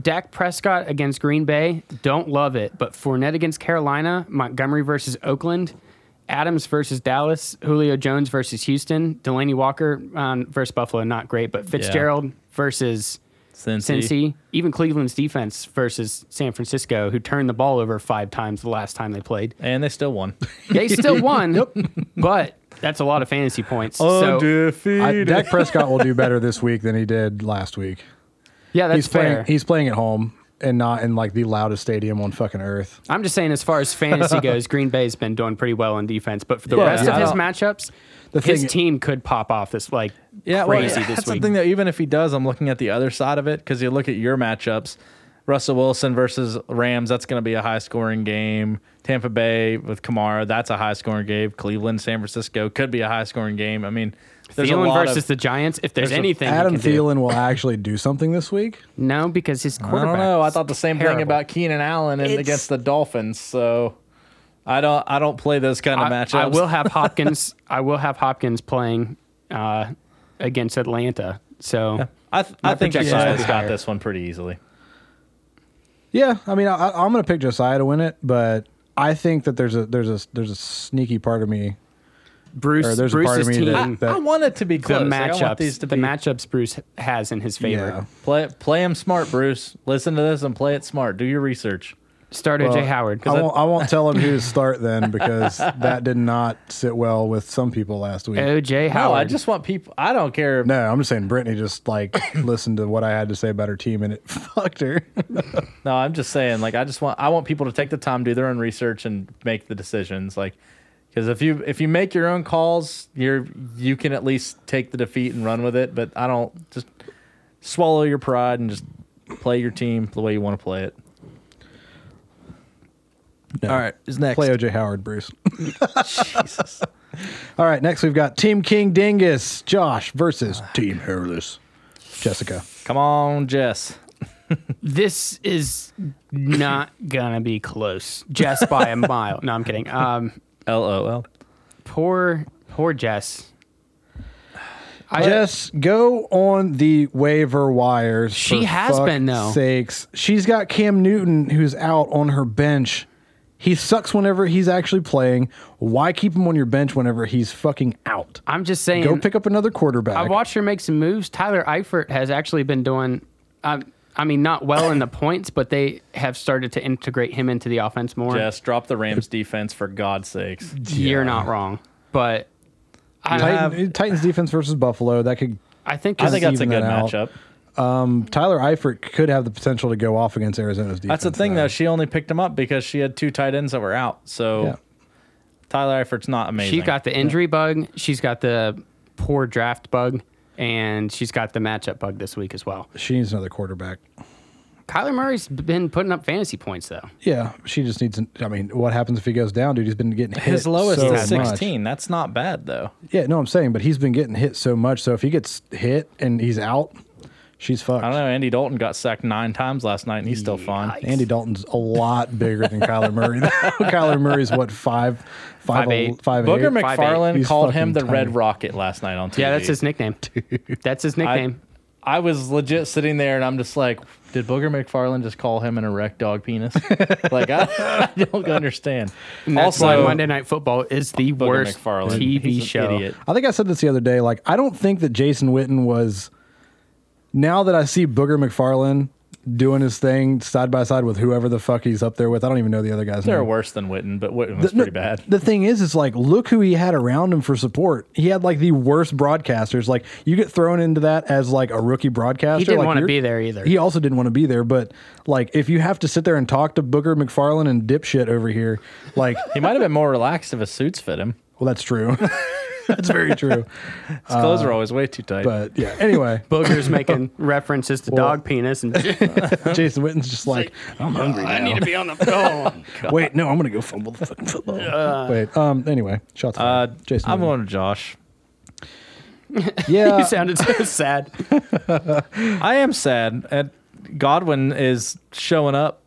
Speaker 3: Dak Prescott against Green Bay, don't love it. But Fournette against Carolina, Montgomery versus Oakland, Adams versus Dallas, Julio Jones versus Houston, Delaney Walker um, versus Buffalo, not great. But Fitzgerald versus
Speaker 2: Cincy.
Speaker 3: Cincy, even Cleveland's defense versus San Francisco, who turned the ball over five times the last time they played.
Speaker 2: And they still won.
Speaker 3: They still won, but that's a lot of fantasy points.
Speaker 2: Oh,
Speaker 3: so,
Speaker 1: I,
Speaker 2: Undefeated.
Speaker 1: Dak Prescott will do better this week than he did last week.
Speaker 3: yeah, that's
Speaker 1: he's playing.
Speaker 3: fair.
Speaker 1: He's playing at home and not in like the loudest stadium on fucking earth.
Speaker 3: I'm just saying, as far as fantasy goes, Green Bay's been doing pretty well in defense, but for the
Speaker 2: Yeah,
Speaker 3: rest
Speaker 2: I
Speaker 3: of his
Speaker 2: don't-
Speaker 3: matchups,
Speaker 1: The
Speaker 3: his
Speaker 1: thing-
Speaker 3: team could pop off this like
Speaker 2: yeah, well,
Speaker 3: crazy
Speaker 2: that's
Speaker 3: this
Speaker 2: the
Speaker 3: week.
Speaker 2: thing that even if he does, I'm looking at the other side of it because you look at your matchups. Russell Wilson versus Rams, that's going to be a high scoring game. Tampa Bay with Kamara, that's a high scoring game. Cleveland, San Francisco could be a high scoring game. I mean, there's a
Speaker 3: Thielen
Speaker 2: lot
Speaker 3: versus
Speaker 2: of,
Speaker 3: the Giants. If there's,
Speaker 2: there's a-
Speaker 3: anything, he
Speaker 1: Adam
Speaker 3: can do.
Speaker 1: Thielen will actually do something this week.
Speaker 3: no, because his
Speaker 2: I
Speaker 3: quarterback.
Speaker 2: don't know. I thought the same
Speaker 3: terrible.
Speaker 2: thing about Keenan Allen and
Speaker 3: It's-
Speaker 2: against the Dolphins. So I don't I don't play those kind of
Speaker 3: I,
Speaker 2: matchups.
Speaker 3: I will have Hopkins. I will have Hopkins playing uh, against Atlanta. So
Speaker 2: I, th- I
Speaker 3: My
Speaker 2: think
Speaker 3: projections will
Speaker 2: Josiah's
Speaker 3: be
Speaker 2: got
Speaker 3: higher.
Speaker 2: this one pretty easily.
Speaker 1: Yeah, I mean, I, I- I'm going to pick Josiah to win it, but I think that there's a there's a there's a sneaky part of me. Or
Speaker 3: Bruce,
Speaker 1: there's a part of
Speaker 3: Bruce's
Speaker 1: me
Speaker 3: team,
Speaker 1: that-
Speaker 3: the
Speaker 1: that-
Speaker 2: I want it to be close. Like, I want
Speaker 3: matchups,
Speaker 2: these to
Speaker 3: the
Speaker 2: be
Speaker 3: matchups Bruce has in his favor.
Speaker 1: Yeah.
Speaker 2: play play him smart, Bruce. Listen to this and play it smart. Do your research.
Speaker 3: Start OJ Howard.
Speaker 1: I won't, I won't tell him who to start then because that did not sit well with some people last week.
Speaker 3: OJ Howard.
Speaker 2: No, I just want people. I don't care. No,
Speaker 1: No, I'm just saying Brittany just like listened to what I had to say about her team and it fucked her.
Speaker 2: I'm just saying. Like I just want I want people to take the time, do their own research, and make the decisions. Like because if you if you make your own calls, you're you can at least take the defeat and run with it. But I don't just swallow your pride and just play your team the way you want to play it.
Speaker 1: All
Speaker 2: right, is next.
Speaker 1: Play OJ Howard, Bruce.
Speaker 2: Jesus.
Speaker 1: All right, next we've got Team King Dingus, Josh versus
Speaker 2: Ah,
Speaker 1: Team Hairless, Jessica.
Speaker 2: Come on, Jess.
Speaker 3: this is not gonna be close. Just by a mile. No, I'm kidding. Um,
Speaker 2: LOL.
Speaker 3: poor, poor Jess. I,
Speaker 1: Jess, go on the waiver wires.
Speaker 3: She
Speaker 1: for
Speaker 3: has
Speaker 1: fuck's
Speaker 3: been, though.
Speaker 1: Sakes, she's got Cam Newton who's out on her bench. He sucks whenever he's actually playing. Why keep him on your bench whenever he's fucking out?
Speaker 3: I'm just saying.
Speaker 1: Go pick up another quarterback.
Speaker 3: I've watched her make some moves. Tyler Eifert has actually been doing, I, I mean, not well in the points, but they have started to integrate him into the offense more.
Speaker 2: Jess, drop the Rams defense for God's sakes.
Speaker 3: You're not wrong, but I,
Speaker 1: Titan- Titans defense versus Buffalo. That could
Speaker 3: I think
Speaker 2: I think that's
Speaker 3: it's-
Speaker 2: a
Speaker 1: even
Speaker 2: good
Speaker 1: that out.
Speaker 2: matchup.
Speaker 1: Tyler Eifert could have the potential to go off against Arizona's defense.
Speaker 2: That's the thing, though. She only picked him up because she had two tight ends that were out. So
Speaker 1: Yeah.
Speaker 2: Tyler Eifert's not amazing.
Speaker 3: she got the injury bug. She's got the poor draft bug. And she's got the matchup bug this week as well.
Speaker 1: She needs another quarterback.
Speaker 3: Kyler Murray's been putting up fantasy points though.
Speaker 1: Yeah, she just needs. I mean, what happens if he goes down, dude? He's been getting hit.
Speaker 2: his lowest
Speaker 1: so
Speaker 2: is
Speaker 1: much.
Speaker 2: 16. That's not bad, though.
Speaker 1: Yeah, no, I'm saying, but he's been getting hit so much. So if he gets hit and he's out, she's fucked.
Speaker 2: I don't know. Andy Dalton got sacked nine times last night, and he's still fine.
Speaker 1: Andy Dalton's a lot bigger than Kyler Murray. Kyler Murray's what five, five,
Speaker 3: Five eight.
Speaker 1: five
Speaker 2: Booger
Speaker 1: eight?
Speaker 3: Five eight.
Speaker 2: McFarland
Speaker 1: He's
Speaker 2: called him the
Speaker 1: fucking
Speaker 2: Red
Speaker 1: tiny.
Speaker 2: Rocket last night on TV.
Speaker 3: Yeah, that's his nickname. That's his
Speaker 2: I,
Speaker 3: nickname.
Speaker 2: I was legit sitting there, and I'm just like, did Booger McFarland just call him an erect dog penis? like, I, I don't understand.
Speaker 3: and that's why Monday Night Football is the
Speaker 2: Booger
Speaker 3: worst
Speaker 2: McFarland,
Speaker 3: TV
Speaker 2: he's an
Speaker 3: show.
Speaker 2: idiot.
Speaker 1: I think I said this the other day. Like, I don't think that Jason Witten was. Now that I see Booger McFarlane doing his thing side by side with whoever the fuck he's up there with, I don't even know the other guy's
Speaker 2: They're
Speaker 1: name.
Speaker 2: worse than Witten, but Witten was
Speaker 1: No,
Speaker 2: pretty bad.
Speaker 1: Mm. The thing is, is like, look who he had around him for support. He had like the worst broadcasters. Like, you get thrown into that as like a rookie broadcaster.
Speaker 3: He didn't
Speaker 1: like,
Speaker 3: wanna
Speaker 1: you're-
Speaker 3: be there either.
Speaker 1: He also didn't want to be there. But like, if you have to sit there and talk to Booger McFarlane and dipshit over here, like,
Speaker 2: He might have been more relaxed if his suits fit him.
Speaker 1: well, that's true. that's very true.
Speaker 2: His clothes are always way too tight.
Speaker 1: Uh, But yeah. Anyway.
Speaker 3: Booger's making references to dog penis and
Speaker 1: Jason Witten's just like,
Speaker 3: oh
Speaker 1: I'm hungry.
Speaker 3: I need to be on the phone.
Speaker 1: Wait, no, I'm gonna go fumble the fucking football.
Speaker 3: Uh,
Speaker 1: Wait, um, anyway, shots
Speaker 2: uh,
Speaker 1: fired. Jason.
Speaker 2: I'm
Speaker 1: Witten.
Speaker 2: going to Josh.
Speaker 1: yeah,
Speaker 3: you sounded so sad.
Speaker 2: I am sad, and Godwin is showing up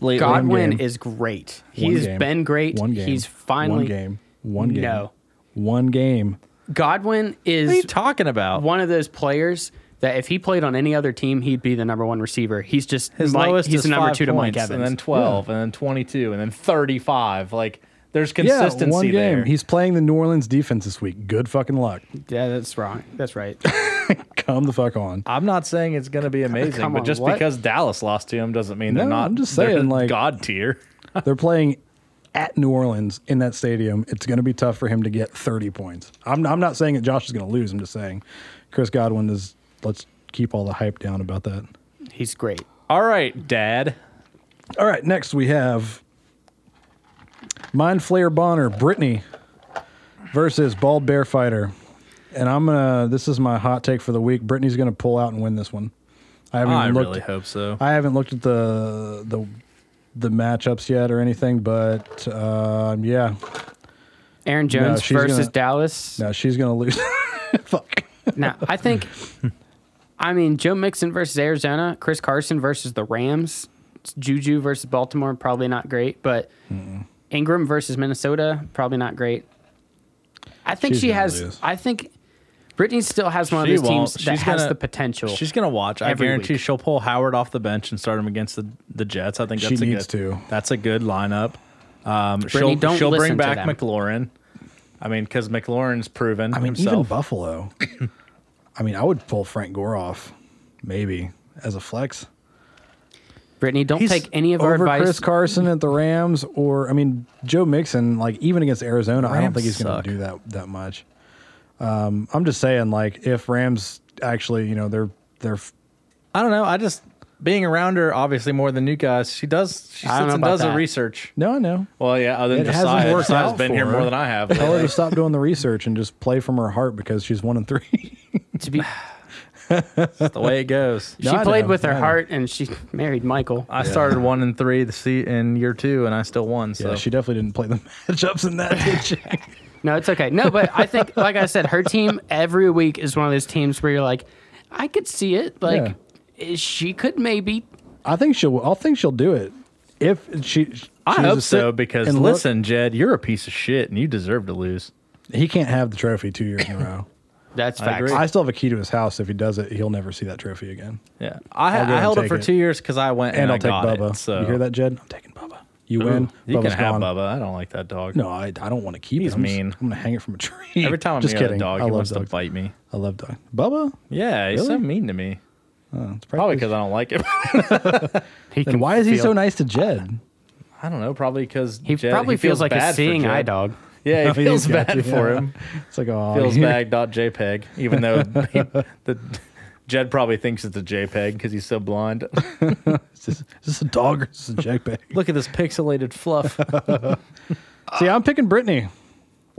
Speaker 2: lately.
Speaker 3: Godwin
Speaker 1: game.
Speaker 3: is great.
Speaker 1: One
Speaker 3: He's
Speaker 1: game.
Speaker 3: been great.
Speaker 1: One game.
Speaker 3: He's finally
Speaker 1: one game. One game.
Speaker 3: No.
Speaker 1: One game.
Speaker 3: Godwin
Speaker 2: What are you
Speaker 3: is
Speaker 2: talking about?
Speaker 3: one of those players that if he played on any other team, he'd be the number one receiver. He's just
Speaker 2: His
Speaker 3: Mike-
Speaker 2: lowest
Speaker 3: he's
Speaker 2: is
Speaker 3: the number
Speaker 2: five
Speaker 3: two to Mike
Speaker 2: points,
Speaker 3: Evans.
Speaker 2: and then 12, and then 22, and then 35. Like there's
Speaker 1: Yeah,
Speaker 2: consistency
Speaker 1: one game.
Speaker 2: there.
Speaker 1: He's playing the New Orleans defense this week. Good fucking luck.
Speaker 3: yeah, that's wrong. That's right.
Speaker 1: Come the fuck on.
Speaker 2: I'm not saying it's going to be amazing,
Speaker 3: come
Speaker 2: but
Speaker 3: on,
Speaker 2: just
Speaker 3: what?
Speaker 2: because Dallas lost to him doesn't mean
Speaker 1: No,
Speaker 2: they're not.
Speaker 1: I'm just
Speaker 2: they're
Speaker 1: saying, like-
Speaker 2: god tier.
Speaker 1: They're playing at New Orleans in that stadium. It's going to be tough for him to get 30 points. I'm, I'm not saying that Josh is going to lose. I'm just saying Chris Godwin is, let's keep all the hype down about that.
Speaker 3: He's great.
Speaker 2: All right, Dad.
Speaker 1: All right, next we have Mind Flayer Bonner, Brittany versus Bald Bear Fighter. And I'm going to, this is my hot take for the week. Brittany's going to pull out and win this one. I haven't
Speaker 2: I
Speaker 1: even looked.
Speaker 2: really hope so.
Speaker 1: I haven't looked at the the the matchups yet or anything, but um, yeah,
Speaker 3: Aaron Jones
Speaker 1: she's
Speaker 3: versus
Speaker 1: gonna-
Speaker 3: Dallas.
Speaker 1: no, she's gonna lose. Fuck.
Speaker 3: Now, I think, I mean, Joe Mixon versus Arizona, Chris Carson versus the Rams, Juju versus Baltimore, probably not great, but Ingram versus Minnesota, probably not great. I think
Speaker 1: She's
Speaker 3: she
Speaker 1: gonna
Speaker 3: has,
Speaker 1: lose.
Speaker 3: I think Brittany still has one
Speaker 2: She
Speaker 3: of these
Speaker 2: won't.
Speaker 3: teams that
Speaker 2: She's
Speaker 3: has
Speaker 2: gonna-
Speaker 3: the potential.
Speaker 2: She's gonna watch. I
Speaker 3: Every
Speaker 2: guarantee
Speaker 3: week.
Speaker 2: she'll pull Howard off the bench and start him against the, the Jets. I think
Speaker 1: She
Speaker 2: that's a
Speaker 1: needs
Speaker 2: good,
Speaker 1: to.
Speaker 2: That's a good lineup. Um, she'll
Speaker 3: don't
Speaker 2: she'll
Speaker 3: listen
Speaker 2: bring
Speaker 3: to
Speaker 2: back
Speaker 3: them.
Speaker 2: McLaurin. I mean, because McLaurin's proven
Speaker 1: I mean, even
Speaker 2: himself.
Speaker 1: Buffalo. I mean, I would pull Frank Gore off, maybe as a flex
Speaker 3: Brittany, don't
Speaker 2: He's
Speaker 3: take any of our
Speaker 1: over
Speaker 3: advice.
Speaker 1: Chris Carson at the Rams, or I mean, Joe Mixon. Like even against Arizona, I don't
Speaker 2: Rams
Speaker 1: think he's gonna
Speaker 2: suck.
Speaker 1: do that that much. Um, I'm just saying, like if Rams actually, you know, they're they're
Speaker 2: I don't know. I just being around her obviously more than you guys. She does. She
Speaker 3: I
Speaker 2: sits
Speaker 3: don't know
Speaker 2: and
Speaker 3: about
Speaker 2: does her
Speaker 3: that.
Speaker 2: research.
Speaker 1: no, no.
Speaker 2: Well, yeah. Other than
Speaker 1: It hasn't
Speaker 2: Josiah,
Speaker 1: worked
Speaker 2: Josiah's
Speaker 1: out
Speaker 2: been
Speaker 1: for
Speaker 2: here more
Speaker 1: her.
Speaker 2: than I have.
Speaker 1: Tell her
Speaker 2: lately.
Speaker 1: to stop doing the research and just play from her heart because she's one and three.
Speaker 3: to be,
Speaker 2: That's the way it goes.
Speaker 3: she
Speaker 1: No, I
Speaker 3: played
Speaker 1: know,
Speaker 3: with her
Speaker 1: I know.
Speaker 3: heart and she married Michael.
Speaker 2: I started one and three the se- in year two, and I still won. So
Speaker 1: Yeah, she definitely didn't play the matchups in that, did she?
Speaker 3: No, it's okay. No, but I think, like I said, her team every week is one of those teams where you're like, I could see it. Like, eh, she could maybe.
Speaker 1: I think she'll. I think she'll do it. If she,
Speaker 2: I
Speaker 1: she's
Speaker 2: hope
Speaker 1: a sit-
Speaker 2: so because
Speaker 1: and look-
Speaker 2: listen, Jed, you're a piece of shit, and you deserve to lose.
Speaker 1: he can't have the trophy two years in a row.
Speaker 3: That's
Speaker 2: I
Speaker 3: facts.
Speaker 2: agree.
Speaker 1: I still have a key to his house. If he does it, he'll never see that trophy again.
Speaker 2: Yeah, I,
Speaker 1: I'll go
Speaker 2: I
Speaker 1: and
Speaker 2: held it
Speaker 1: take
Speaker 2: for
Speaker 1: it.
Speaker 2: two years because I went and,
Speaker 1: And
Speaker 2: I
Speaker 1: I'll take
Speaker 2: got
Speaker 1: Bubba.
Speaker 2: it. So
Speaker 1: You hear that, Jed? I'm taking Bubba. You win.
Speaker 2: You
Speaker 1: Bubba's
Speaker 2: can have
Speaker 1: gone.
Speaker 2: Bubba. I don't like that dog.
Speaker 1: No, I, I don't want to keep
Speaker 2: He's
Speaker 1: him. I'm just-
Speaker 2: mean.
Speaker 1: I'm gonna hang it from a tree.
Speaker 2: Every time I'm
Speaker 1: just
Speaker 2: near
Speaker 1: kidding.
Speaker 2: the dog,
Speaker 1: I
Speaker 2: he
Speaker 1: love
Speaker 2: wants
Speaker 1: dogs.
Speaker 2: to bite me.
Speaker 1: I love dog. Bubba.
Speaker 2: Yeah, he's so
Speaker 1: Really?
Speaker 2: mean to me.
Speaker 1: It's
Speaker 2: Probably because I don't like him.
Speaker 3: He
Speaker 1: Then
Speaker 3: can
Speaker 1: why is he
Speaker 3: feel-
Speaker 1: so nice to Jed?
Speaker 2: I don't know. Probably because
Speaker 3: He probably feels, like a seeing eye dog.
Speaker 2: Yeah, he feels
Speaker 1: He's got
Speaker 2: bad
Speaker 1: you,
Speaker 2: for
Speaker 1: yeah.
Speaker 2: him.
Speaker 1: It's like oh,
Speaker 2: Feels
Speaker 1: you-
Speaker 2: bad. Dot JPEG. Even though he, the Jed probably thinks it's a JPEG because he's so blind.
Speaker 1: Is this, is this a dog or is this a jackbag?
Speaker 2: Look at this pixelated fluff,
Speaker 1: See, I'm picking Brittany.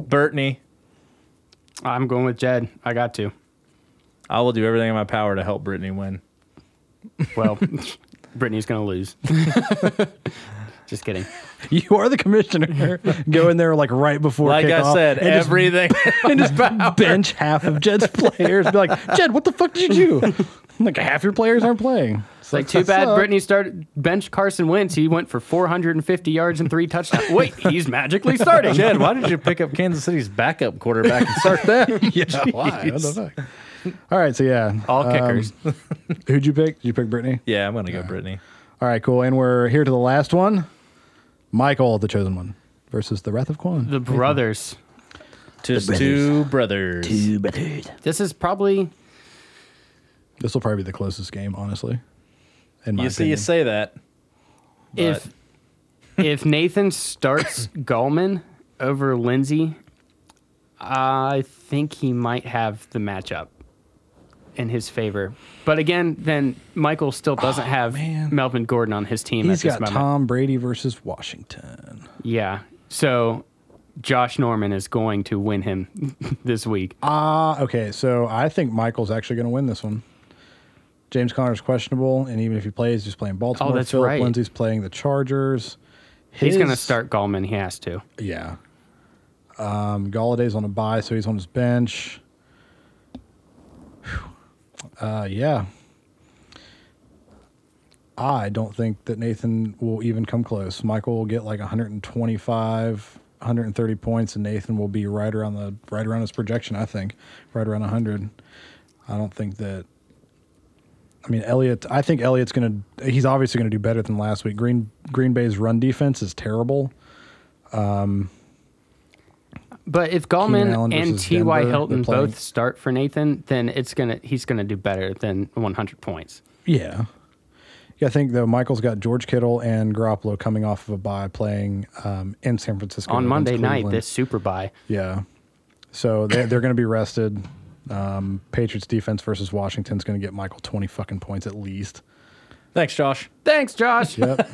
Speaker 2: Bertney.
Speaker 3: I'm going with Jed. I got to.
Speaker 2: I will do everything in my power to help Brittany win.
Speaker 3: Well, Brittany's going to lose. Just kidding.
Speaker 1: You are the commissioner. Go in there like right before.
Speaker 2: Like I
Speaker 1: kickoff
Speaker 2: said,
Speaker 1: and just-
Speaker 2: everything.
Speaker 1: and just bench half of Jed's players. Be like, Jed, what the fuck did you do? I'm like half your players aren't playing. It's
Speaker 3: It's like, too
Speaker 1: "What's
Speaker 3: bad
Speaker 1: up?"
Speaker 3: Brittany started bench Carson Wentz. He went for 450 yards and three touchdowns. Wait, he's magically starting.
Speaker 2: Jed, why did you pick up Kansas City's backup quarterback and start them?
Speaker 1: Yeah, why? What the fuck? All right, so yeah,
Speaker 3: All
Speaker 1: um,
Speaker 3: kickers.
Speaker 1: who'd you pick? Did you pick Brittany?
Speaker 2: yeah, I'm gonna go Brittany.
Speaker 1: All right, cool. And we're here to the last one. Michael, the chosen one, versus the Wrath of Quan.
Speaker 3: the brothers.
Speaker 2: Just two brothers.
Speaker 3: This is probably
Speaker 1: This will probably be the closest game, honestly. In my
Speaker 2: You see, you
Speaker 1: opinion.
Speaker 2: say that.
Speaker 3: if if Nathan starts Gallman over Lindsey, I think he might have the matchup in his favor. But again, then Michael still doesn't have
Speaker 1: Oh, man.
Speaker 3: Melvin Gordon on his team
Speaker 1: He's
Speaker 3: at this
Speaker 1: got
Speaker 3: moment.
Speaker 1: Tom Brady versus Washington.
Speaker 3: Yeah. So Josh Norman is going to win him this week.
Speaker 1: Ah, okay. So I think Michael's actually going to win this one. James Conner's questionable, and even if he plays, he's playing Baltimore.
Speaker 3: Oh, that's
Speaker 1: Phillip
Speaker 3: right.
Speaker 1: Lindsay's playing the Chargers.
Speaker 3: He's going to
Speaker 1: His-
Speaker 3: start Gallman. He has to.
Speaker 1: Yeah. Um, Galladay's on a bye, so he's on his bench. Whew. Uh, yeah. I don't think that Nathan will even come close. Michael will get like 125, 130 points, and Nathan will be right around the right around his projection. I think right around 100. I don't think that. I mean, Elliott. I think Elliott's gonna. He's obviously gonna do better than last week. Green Green Bay's run defense is terrible.
Speaker 3: But if Gallman
Speaker 1: Allen
Speaker 3: and
Speaker 1: versus
Speaker 3: T.Y.
Speaker 1: Denver,
Speaker 3: Hilton
Speaker 1: they're playing-
Speaker 3: both start for Nathan, then it's gonna he's gonna do better than 100 points.
Speaker 1: Yeah. Yeah, I think though Michael's got George Kittle and Garoppolo coming off of a bye playing um, in San Francisco
Speaker 3: On
Speaker 1: against
Speaker 3: Monday night,
Speaker 1: Cleveland.
Speaker 3: this super buy.
Speaker 1: Yeah. So they, they're going to be rested. Um, Patriots defense versus Washington's going to get Michael 20 fucking points at least.
Speaker 2: Thanks, Josh.
Speaker 3: Thanks, Josh.
Speaker 1: Yep.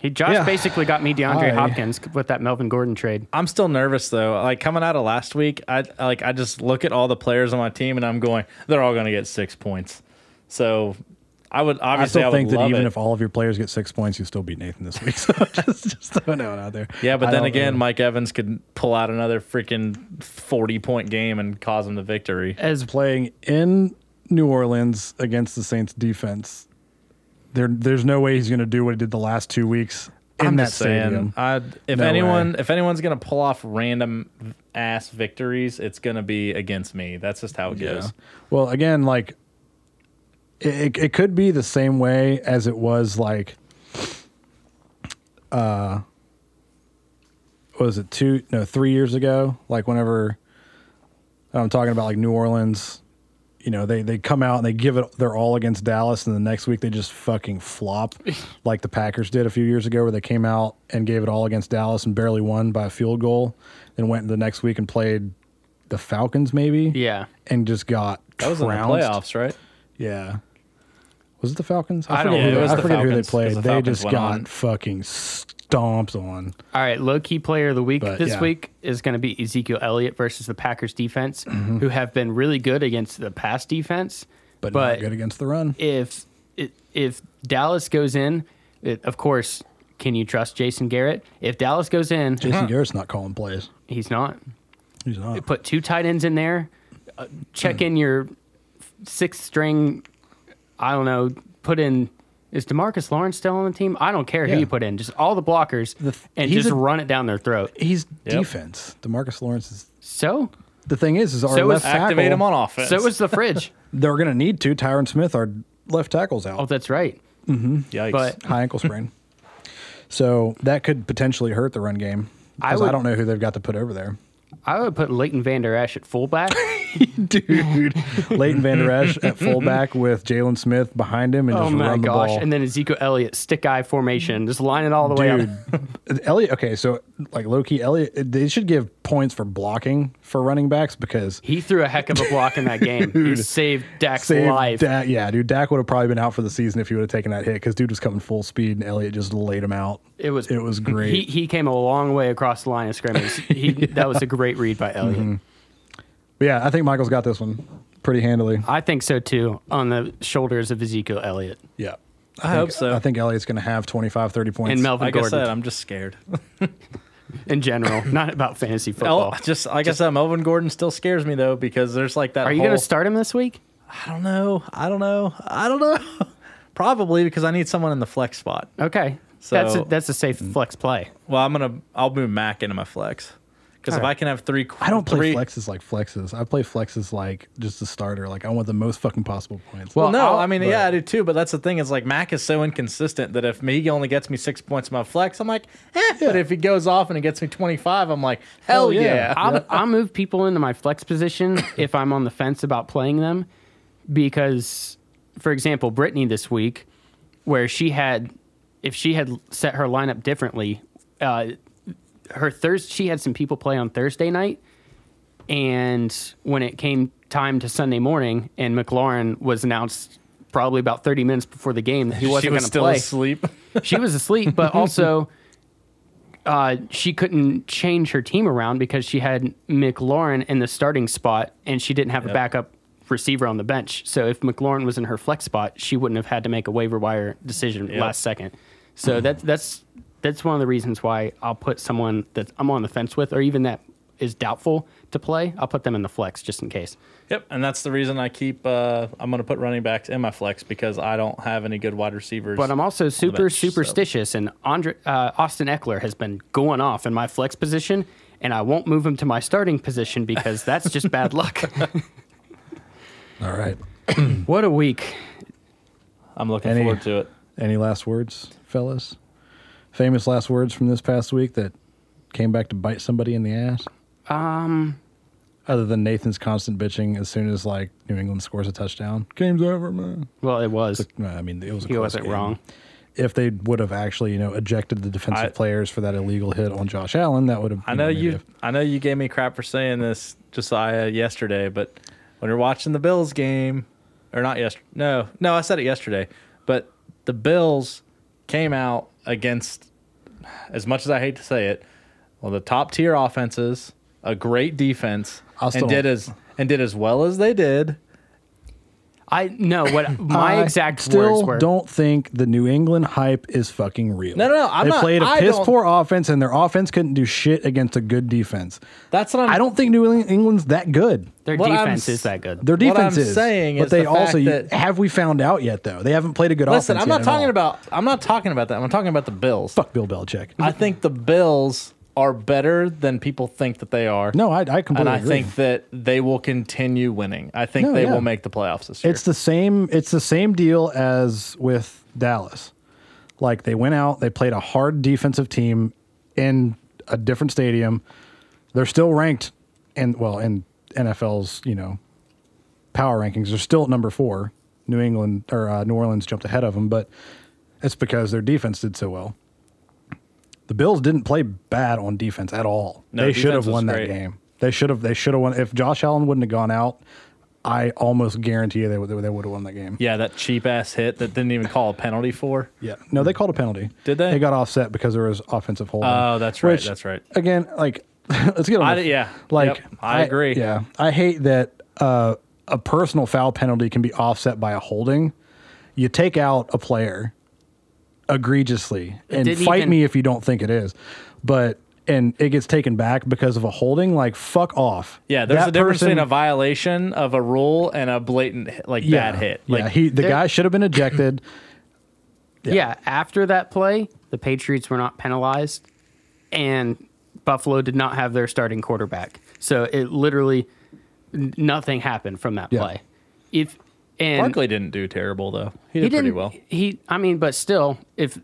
Speaker 3: He Josh
Speaker 1: Yeah.
Speaker 3: basically got me DeAndre
Speaker 1: I-
Speaker 3: Hopkins with that Melvin Gordon trade.
Speaker 2: I'm still nervous though. Like coming out of last week, I like I just look at all the players on my team and I'm going, they're all going to get six points. So I would
Speaker 1: I
Speaker 2: obviously I,
Speaker 1: still
Speaker 2: would
Speaker 1: think that
Speaker 2: love
Speaker 1: even
Speaker 2: it.
Speaker 1: if all of your players get six points, you still beat Nathan this week. So just, just throwing it out there.
Speaker 2: yeah, but
Speaker 1: I
Speaker 2: then
Speaker 1: don't
Speaker 2: again,
Speaker 1: know.
Speaker 2: Mike Evans could pull out another freaking forty point game and cause him the victory.
Speaker 1: as playing in New Orleans against the Saints defense, there there's no way he's going to do what he did the last two weeks in
Speaker 2: I'm
Speaker 1: that
Speaker 2: just saying,
Speaker 1: stadium.
Speaker 2: I, if
Speaker 1: No
Speaker 2: anyone if anyone's gonna pull off random ass victories, it's gonna be against me. That's just how it goes.
Speaker 1: Well, again, like it, it, it could be the same way as it was like, uh, what was it two? No, three years ago. Like whenever I'm talking about like New Orleans, you know, they they come out and they give it their all against Dallas, and the next week they just fucking flop, like the Packers did a few years ago, where they came out and gave it all against Dallas and barely won by a field goal, and went the next week and played the Falcons, maybe
Speaker 3: Yeah.
Speaker 1: and just got
Speaker 2: That was in the
Speaker 1: trounced.
Speaker 2: playoffs, right?
Speaker 1: Yeah. Was it the Falcons?
Speaker 3: I don't
Speaker 1: forget
Speaker 3: know.
Speaker 1: who
Speaker 3: Yeah, it
Speaker 1: they-
Speaker 2: was
Speaker 1: I
Speaker 2: the
Speaker 1: forget who they
Speaker 2: Falcons, 'cause
Speaker 1: played.
Speaker 2: the
Speaker 1: they
Speaker 2: Falcons
Speaker 1: just
Speaker 2: went
Speaker 1: got
Speaker 2: on.
Speaker 1: fucking stomped on.
Speaker 3: All right, low key player of the week
Speaker 1: But,
Speaker 3: this
Speaker 1: yeah.
Speaker 3: week is going to be Ezekiel Elliott versus the Packers defense, who have been really good against the pass defense.
Speaker 1: Mm-hmm. But, not good against the run.
Speaker 3: if it- if Dallas goes in, it, of course, can you trust Jason Garrett? If Dallas goes in,
Speaker 1: Jason Garrett's not calling plays.
Speaker 3: he's not.
Speaker 1: He's not.
Speaker 3: Put two tight ends in there. Uh,
Speaker 1: Hmm.
Speaker 3: check in your sixth string. I don't know. Put in. Is Demarcus Lawrence still on the team? I don't care
Speaker 1: Yeah.
Speaker 3: who you put in. Just all the blockers
Speaker 1: th-
Speaker 3: and
Speaker 1: he's
Speaker 3: just
Speaker 1: a-
Speaker 3: run it down their throat.
Speaker 1: He's defense. Demarcus Lawrence is.
Speaker 3: So
Speaker 1: The thing is, is our
Speaker 3: So is
Speaker 1: left
Speaker 2: Activate
Speaker 1: tackle.
Speaker 2: him on offense.
Speaker 3: so is the fridge.
Speaker 1: They're going to need to. Tyron Smith, our left tackle's out.
Speaker 3: Oh, that's right.
Speaker 2: Yikes.
Speaker 3: But
Speaker 1: High ankle sprain. So that could potentially hurt the run game.
Speaker 3: I
Speaker 1: Because I,
Speaker 3: would-
Speaker 1: don't know who they've got to put over there.
Speaker 3: I would put Leighton Vander Esch at fullback.
Speaker 1: Dude. Leighton Van Der Esch at fullback with Jalen Smith behind him and
Speaker 3: oh
Speaker 1: just
Speaker 3: my
Speaker 1: run the
Speaker 3: gosh!
Speaker 1: ball.
Speaker 3: And then Ezekiel Elliott, stick eye formation, just line it all the way up.
Speaker 1: Dude, Elliot. Okay, so like low key, Elliot. They should give points for blocking for running backs because
Speaker 3: He threw a heck of a block in that game. he saved Dak's
Speaker 1: save
Speaker 3: life.
Speaker 1: Dak. Yeah, dude, Dak would have probably been out for the season if he would have taken that hit because dude was coming full speed and Elliot just laid him out.
Speaker 3: It was
Speaker 1: it was
Speaker 3: He,
Speaker 1: great.
Speaker 3: he came a long way across the line of scrimmage. He, That was a great read by Elliott.
Speaker 1: Mm-hmm. but yeah, I think Michael's got this one pretty handily.
Speaker 3: I think so too. On the shoulders of Ezekiel Elliott
Speaker 1: Yeah,
Speaker 2: I, hope so.
Speaker 1: I think Elliot's going to have 25, 30 points.
Speaker 3: and Melvin
Speaker 2: like I
Speaker 3: Gordon
Speaker 2: said, I'm just scared.
Speaker 3: in general, not about fantasy
Speaker 2: El,
Speaker 3: football.
Speaker 2: just like I said, Melvin Gordon still scares me though because there's like that.
Speaker 3: Are you
Speaker 2: whole,
Speaker 3: going to start him this week?
Speaker 2: I don't know. I don't know. I don't know. Probably because I need someone in the flex spot.
Speaker 3: Okay, that's a,
Speaker 2: So-
Speaker 3: that's a safe
Speaker 1: Mm.
Speaker 3: flex play.
Speaker 2: Well, I'm gonna. I'll move Mac into my flex because if
Speaker 3: Alright.
Speaker 2: I can have three,
Speaker 1: I don't play
Speaker 2: three,
Speaker 1: flexes like flexes. I play flexes like just a starter. Like I want the most fucking possible points.
Speaker 2: Well, no,
Speaker 3: I'll-
Speaker 2: i mean, yeah, I do too. But that's the thing is like Mac is so inconsistent that if he only gets me six points in my flex, I'm like, eh. But if he goes off and he gets me 25, I'm like, hell,
Speaker 1: Hell yeah.
Speaker 2: yeah.
Speaker 3: I'll, I'll move people into my flex position if I'm on the fence about playing them because, for example, Brittany this week, where she had, if she had set her lineup differently, uh, her Thursday, she had some people play on Thursday night. And when it came time to Sunday morning and McLaurin was announced probably about 30 minutes before the game that he wasn't
Speaker 2: she was
Speaker 3: going to
Speaker 2: still
Speaker 3: play
Speaker 2: asleep.
Speaker 3: she was asleep, but also uh, she couldn't change her team around because she had McLaurin in the starting spot and she didn't have a backup receiver on the bench. So if McLaurin was in her flex spot, she wouldn't have had to make a waiver wire decision last second. So that's that's that's one of the reasons why I'll put someone that I'm on the fence with or even that is doubtful to play, I'll put them in the flex just in case.
Speaker 2: Yep, and that's the reason I keep. Uh, I'm going to put running backs in my flex because I don't have any good wide receivers.
Speaker 3: But I'm also super
Speaker 2: bench, so-
Speaker 3: superstitious, and Andre uh, Austin Eckler has been going off in my flex position, and I won't move him to my starting position because that's just bad luck.
Speaker 1: all right.
Speaker 3: what a week!
Speaker 2: I'm looking
Speaker 1: Any-
Speaker 2: forward to it.
Speaker 1: Any last words, fellas? Famous last words from this past week that came back to bite somebody in the ass?
Speaker 3: Um,
Speaker 1: Other than Nathan's constant bitching as soon as like New England scores a touchdown, game's over, man.
Speaker 3: well, it was.
Speaker 1: No, I mean, it was a
Speaker 3: He
Speaker 1: close
Speaker 3: wasn't
Speaker 1: game.
Speaker 3: wrong.
Speaker 1: If they would have actually, you know, ejected the defensive
Speaker 2: I-
Speaker 1: players for that illegal hit on Josh Allen, that would have.
Speaker 2: I know you.
Speaker 1: maybe-
Speaker 2: I know you gave me crap for saying this, Josiah, yesterday. But when you're watching the Bills game, or not yesterday? No, no, I said it yesterday. But the Bills came out against, as much as I hate to say it, well, the top tier offenses, a great defense,
Speaker 1: I'll still-
Speaker 2: and did as and did as well as they did.
Speaker 3: I no what my
Speaker 1: I
Speaker 3: exact
Speaker 1: still
Speaker 3: words were.
Speaker 1: don't think the New England hype is fucking real.
Speaker 2: No, no, no, I'm
Speaker 1: they
Speaker 2: not-
Speaker 1: played a
Speaker 2: I
Speaker 1: piss
Speaker 2: don't-
Speaker 1: poor offense, and their offense couldn't do shit against a good defense.
Speaker 2: That's what I'm.
Speaker 1: I don't think New Eng- England's that good.
Speaker 3: Their
Speaker 2: what I'm
Speaker 3: defense is
Speaker 2: s-
Speaker 3: that good.
Speaker 1: Their
Speaker 2: What
Speaker 1: defense
Speaker 2: I'm
Speaker 1: is
Speaker 2: saying
Speaker 1: but
Speaker 2: is
Speaker 1: they
Speaker 2: the
Speaker 1: also
Speaker 2: fact that-
Speaker 1: have we found out yet though? They haven't played a good
Speaker 2: listen.
Speaker 1: offense.
Speaker 2: I'm
Speaker 1: yet
Speaker 2: not
Speaker 1: at
Speaker 2: talking
Speaker 1: all.
Speaker 2: about. I'm not talking about that. I'm talking about the Bills.
Speaker 1: fuck Bill Belichick.
Speaker 2: I think the Bills are better than people think that they are.
Speaker 1: no, I, I completely
Speaker 2: and I
Speaker 1: agree.
Speaker 2: think that they will continue winning. I think
Speaker 1: No,
Speaker 2: they
Speaker 1: yeah.
Speaker 2: will make the playoffs this year.
Speaker 1: it's the same. It's the same deal as with Dallas. Like they went out, they played a hard defensive team in a different stadium. They're still ranked, in well, in NFL's you know power rankings, they're still at number four. New England or uh, New Orleans jumped ahead of them, but it's because their defense did so well. The Bills didn't play bad on defense at all.
Speaker 2: No,
Speaker 1: they should
Speaker 2: defense
Speaker 1: have
Speaker 2: was
Speaker 1: won
Speaker 2: great.
Speaker 1: that game. They should have. They should have won. If Josh Allen wouldn't have gone out, I almost guarantee you they would. They would have won that game.
Speaker 2: yeah, that cheap ass hit that didn't even call a penalty for.
Speaker 1: Yeah. No, they called a penalty.
Speaker 2: Did they?
Speaker 1: It got offset because there was offensive holding.
Speaker 2: Oh, that's right,
Speaker 1: Which,
Speaker 2: that's right.
Speaker 1: Again, like, let's get on.
Speaker 2: I-
Speaker 1: this.
Speaker 2: yeah,
Speaker 1: Like,
Speaker 2: yep, I agree.
Speaker 1: Yeah. I hate that uh, a personal foul penalty can be offset by a holding. You take out a player egregiously, and
Speaker 3: didn't
Speaker 1: fight
Speaker 3: even-
Speaker 1: me if you don't think it is. But, and it gets taken back because of a holding. Like, fuck off.
Speaker 2: Yeah, there's
Speaker 1: That
Speaker 2: a difference
Speaker 1: person-
Speaker 2: between a violation of a rule and a blatant hit- like bad hit. Like
Speaker 1: yeah. He, the
Speaker 3: there-
Speaker 1: guy should have been ejected.
Speaker 3: yeah. after that play, the Patriots were not penalized, and Buffalo did not have their starting quarterback. So it literally n- nothing happened from that
Speaker 1: Yeah.
Speaker 3: play. If and
Speaker 2: Barkley didn't do terrible though. He did
Speaker 3: he
Speaker 2: pretty
Speaker 3: didn't
Speaker 2: well.
Speaker 3: he I mean, but still, if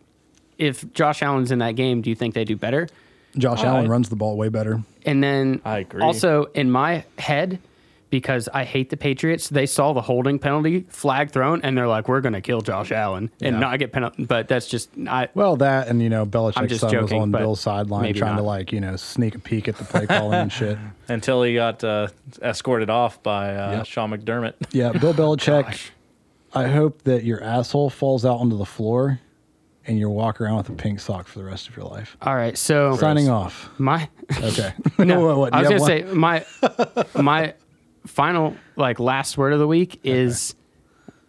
Speaker 3: if Josh Allen's in that game, do you think they do better?
Speaker 1: Josh Allen
Speaker 2: I-
Speaker 1: runs the ball way better.
Speaker 3: And then
Speaker 2: I agree.
Speaker 3: Also, in my head, because I hate the Patriots, they saw the holding penalty flag thrown, and they're like, "We're going to kill Josh Allen and
Speaker 1: Yeah.
Speaker 3: not get penalty." But that's just I.
Speaker 1: Well, that and you know Belichick's
Speaker 3: just
Speaker 1: son was
Speaker 3: joking,
Speaker 1: on
Speaker 3: but
Speaker 1: Bill's sideline
Speaker 3: maybe
Speaker 1: trying to
Speaker 3: not.
Speaker 1: like you know sneak a peek at the play calling and shit.
Speaker 2: Until he got uh, escorted off by uh,
Speaker 1: Yep.
Speaker 2: Sean McDermott.
Speaker 1: Yeah,
Speaker 3: Oh
Speaker 1: Bill Belichick. I hope that your asshole falls out onto the floor, and you walk around with a pink sock for the rest of your life.
Speaker 3: All right, so
Speaker 1: Signing off.
Speaker 3: my
Speaker 1: Okay.
Speaker 3: no,
Speaker 1: What, what, do
Speaker 3: I
Speaker 1: you
Speaker 3: was
Speaker 1: have
Speaker 3: gonna
Speaker 1: one?
Speaker 3: say my my final like last word of the week is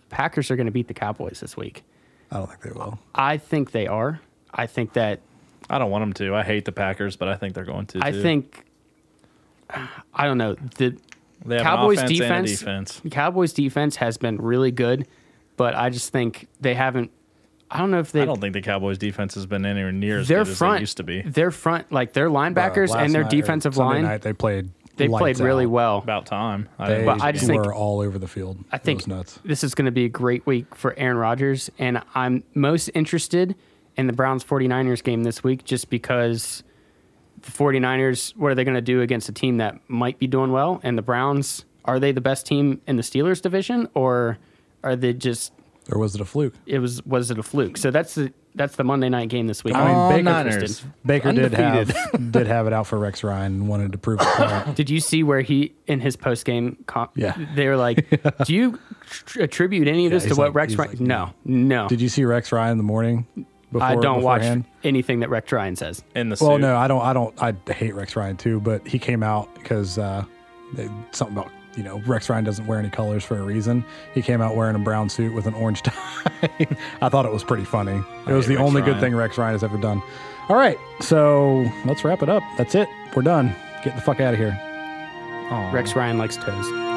Speaker 3: Packers are going to beat the Cowboys this week.
Speaker 1: I don't think they will.
Speaker 3: I think they are. I think that
Speaker 2: I don't want him to. I hate the Packers, but I think they're going to.
Speaker 3: I
Speaker 2: too.
Speaker 3: think I don't know the
Speaker 2: they have an
Speaker 3: Cowboys
Speaker 2: offense and a
Speaker 3: defense,
Speaker 2: defense.
Speaker 3: Cowboys defense has been really good, but I just think they haven't. I don't know if they.
Speaker 2: I don't think the Cowboys defense has been anywhere near as
Speaker 3: their
Speaker 2: good
Speaker 3: front
Speaker 2: as they used to be.
Speaker 3: Their front, like their
Speaker 1: Uh,
Speaker 3: linebackers
Speaker 1: last
Speaker 3: and their
Speaker 1: night or
Speaker 3: defensive
Speaker 1: Sunday
Speaker 3: line,
Speaker 1: night, they played.
Speaker 3: they played
Speaker 1: lights
Speaker 3: really
Speaker 1: out.
Speaker 3: well.
Speaker 2: About time. I
Speaker 1: They
Speaker 2: didn't watch
Speaker 3: I
Speaker 2: the
Speaker 3: just
Speaker 2: game.
Speaker 3: think-
Speaker 1: were all over the field.
Speaker 3: I think
Speaker 1: it was nuts.
Speaker 3: this is going to be a great week for Aaron Rodgers, and I'm most interested in the Browns 49ers game this week just because the 49ers, what are they going to do against a team that might be doing well? And the Browns, are they the best team in the Steelers division, or are they just
Speaker 1: Or was it a fluke?
Speaker 3: it was was it a fluke? So that's the that's the Monday night game this week.
Speaker 1: I mean,
Speaker 2: All
Speaker 1: Baker
Speaker 2: Niners.
Speaker 1: Baker did
Speaker 2: Undefeated.
Speaker 1: have did have it out for Rex Ryan and wanted to prove a point.
Speaker 3: Did you see where he in his post game? Com-
Speaker 1: Yeah.
Speaker 3: they were like, "Do you tr- attribute any of this to
Speaker 1: he's
Speaker 3: what
Speaker 1: like-
Speaker 3: Rex
Speaker 1: he's
Speaker 3: Ryan?"
Speaker 1: like,
Speaker 3: no, no.
Speaker 1: Did you see Rex Ryan in the morning? Before,
Speaker 3: I don't
Speaker 1: beforehand?
Speaker 3: watch anything that Rex Ryan says.
Speaker 2: in the
Speaker 1: Well,
Speaker 2: suit.
Speaker 1: no, I don't. I don't. I hate Rex Ryan too, but he came out because uh, they- something about you know Rex Ryan doesn't wear any colors for a reason. He came out wearing a brown suit with an orange tie. I thought it was pretty funny. It was
Speaker 2: hate
Speaker 1: the
Speaker 2: Rex
Speaker 1: only good
Speaker 2: Ryan.
Speaker 1: thing Rex Ryan has ever done. All right, so let's wrap it up. That's it. We're done. Get the fuck out of here.
Speaker 3: Rex Ryan likes toes.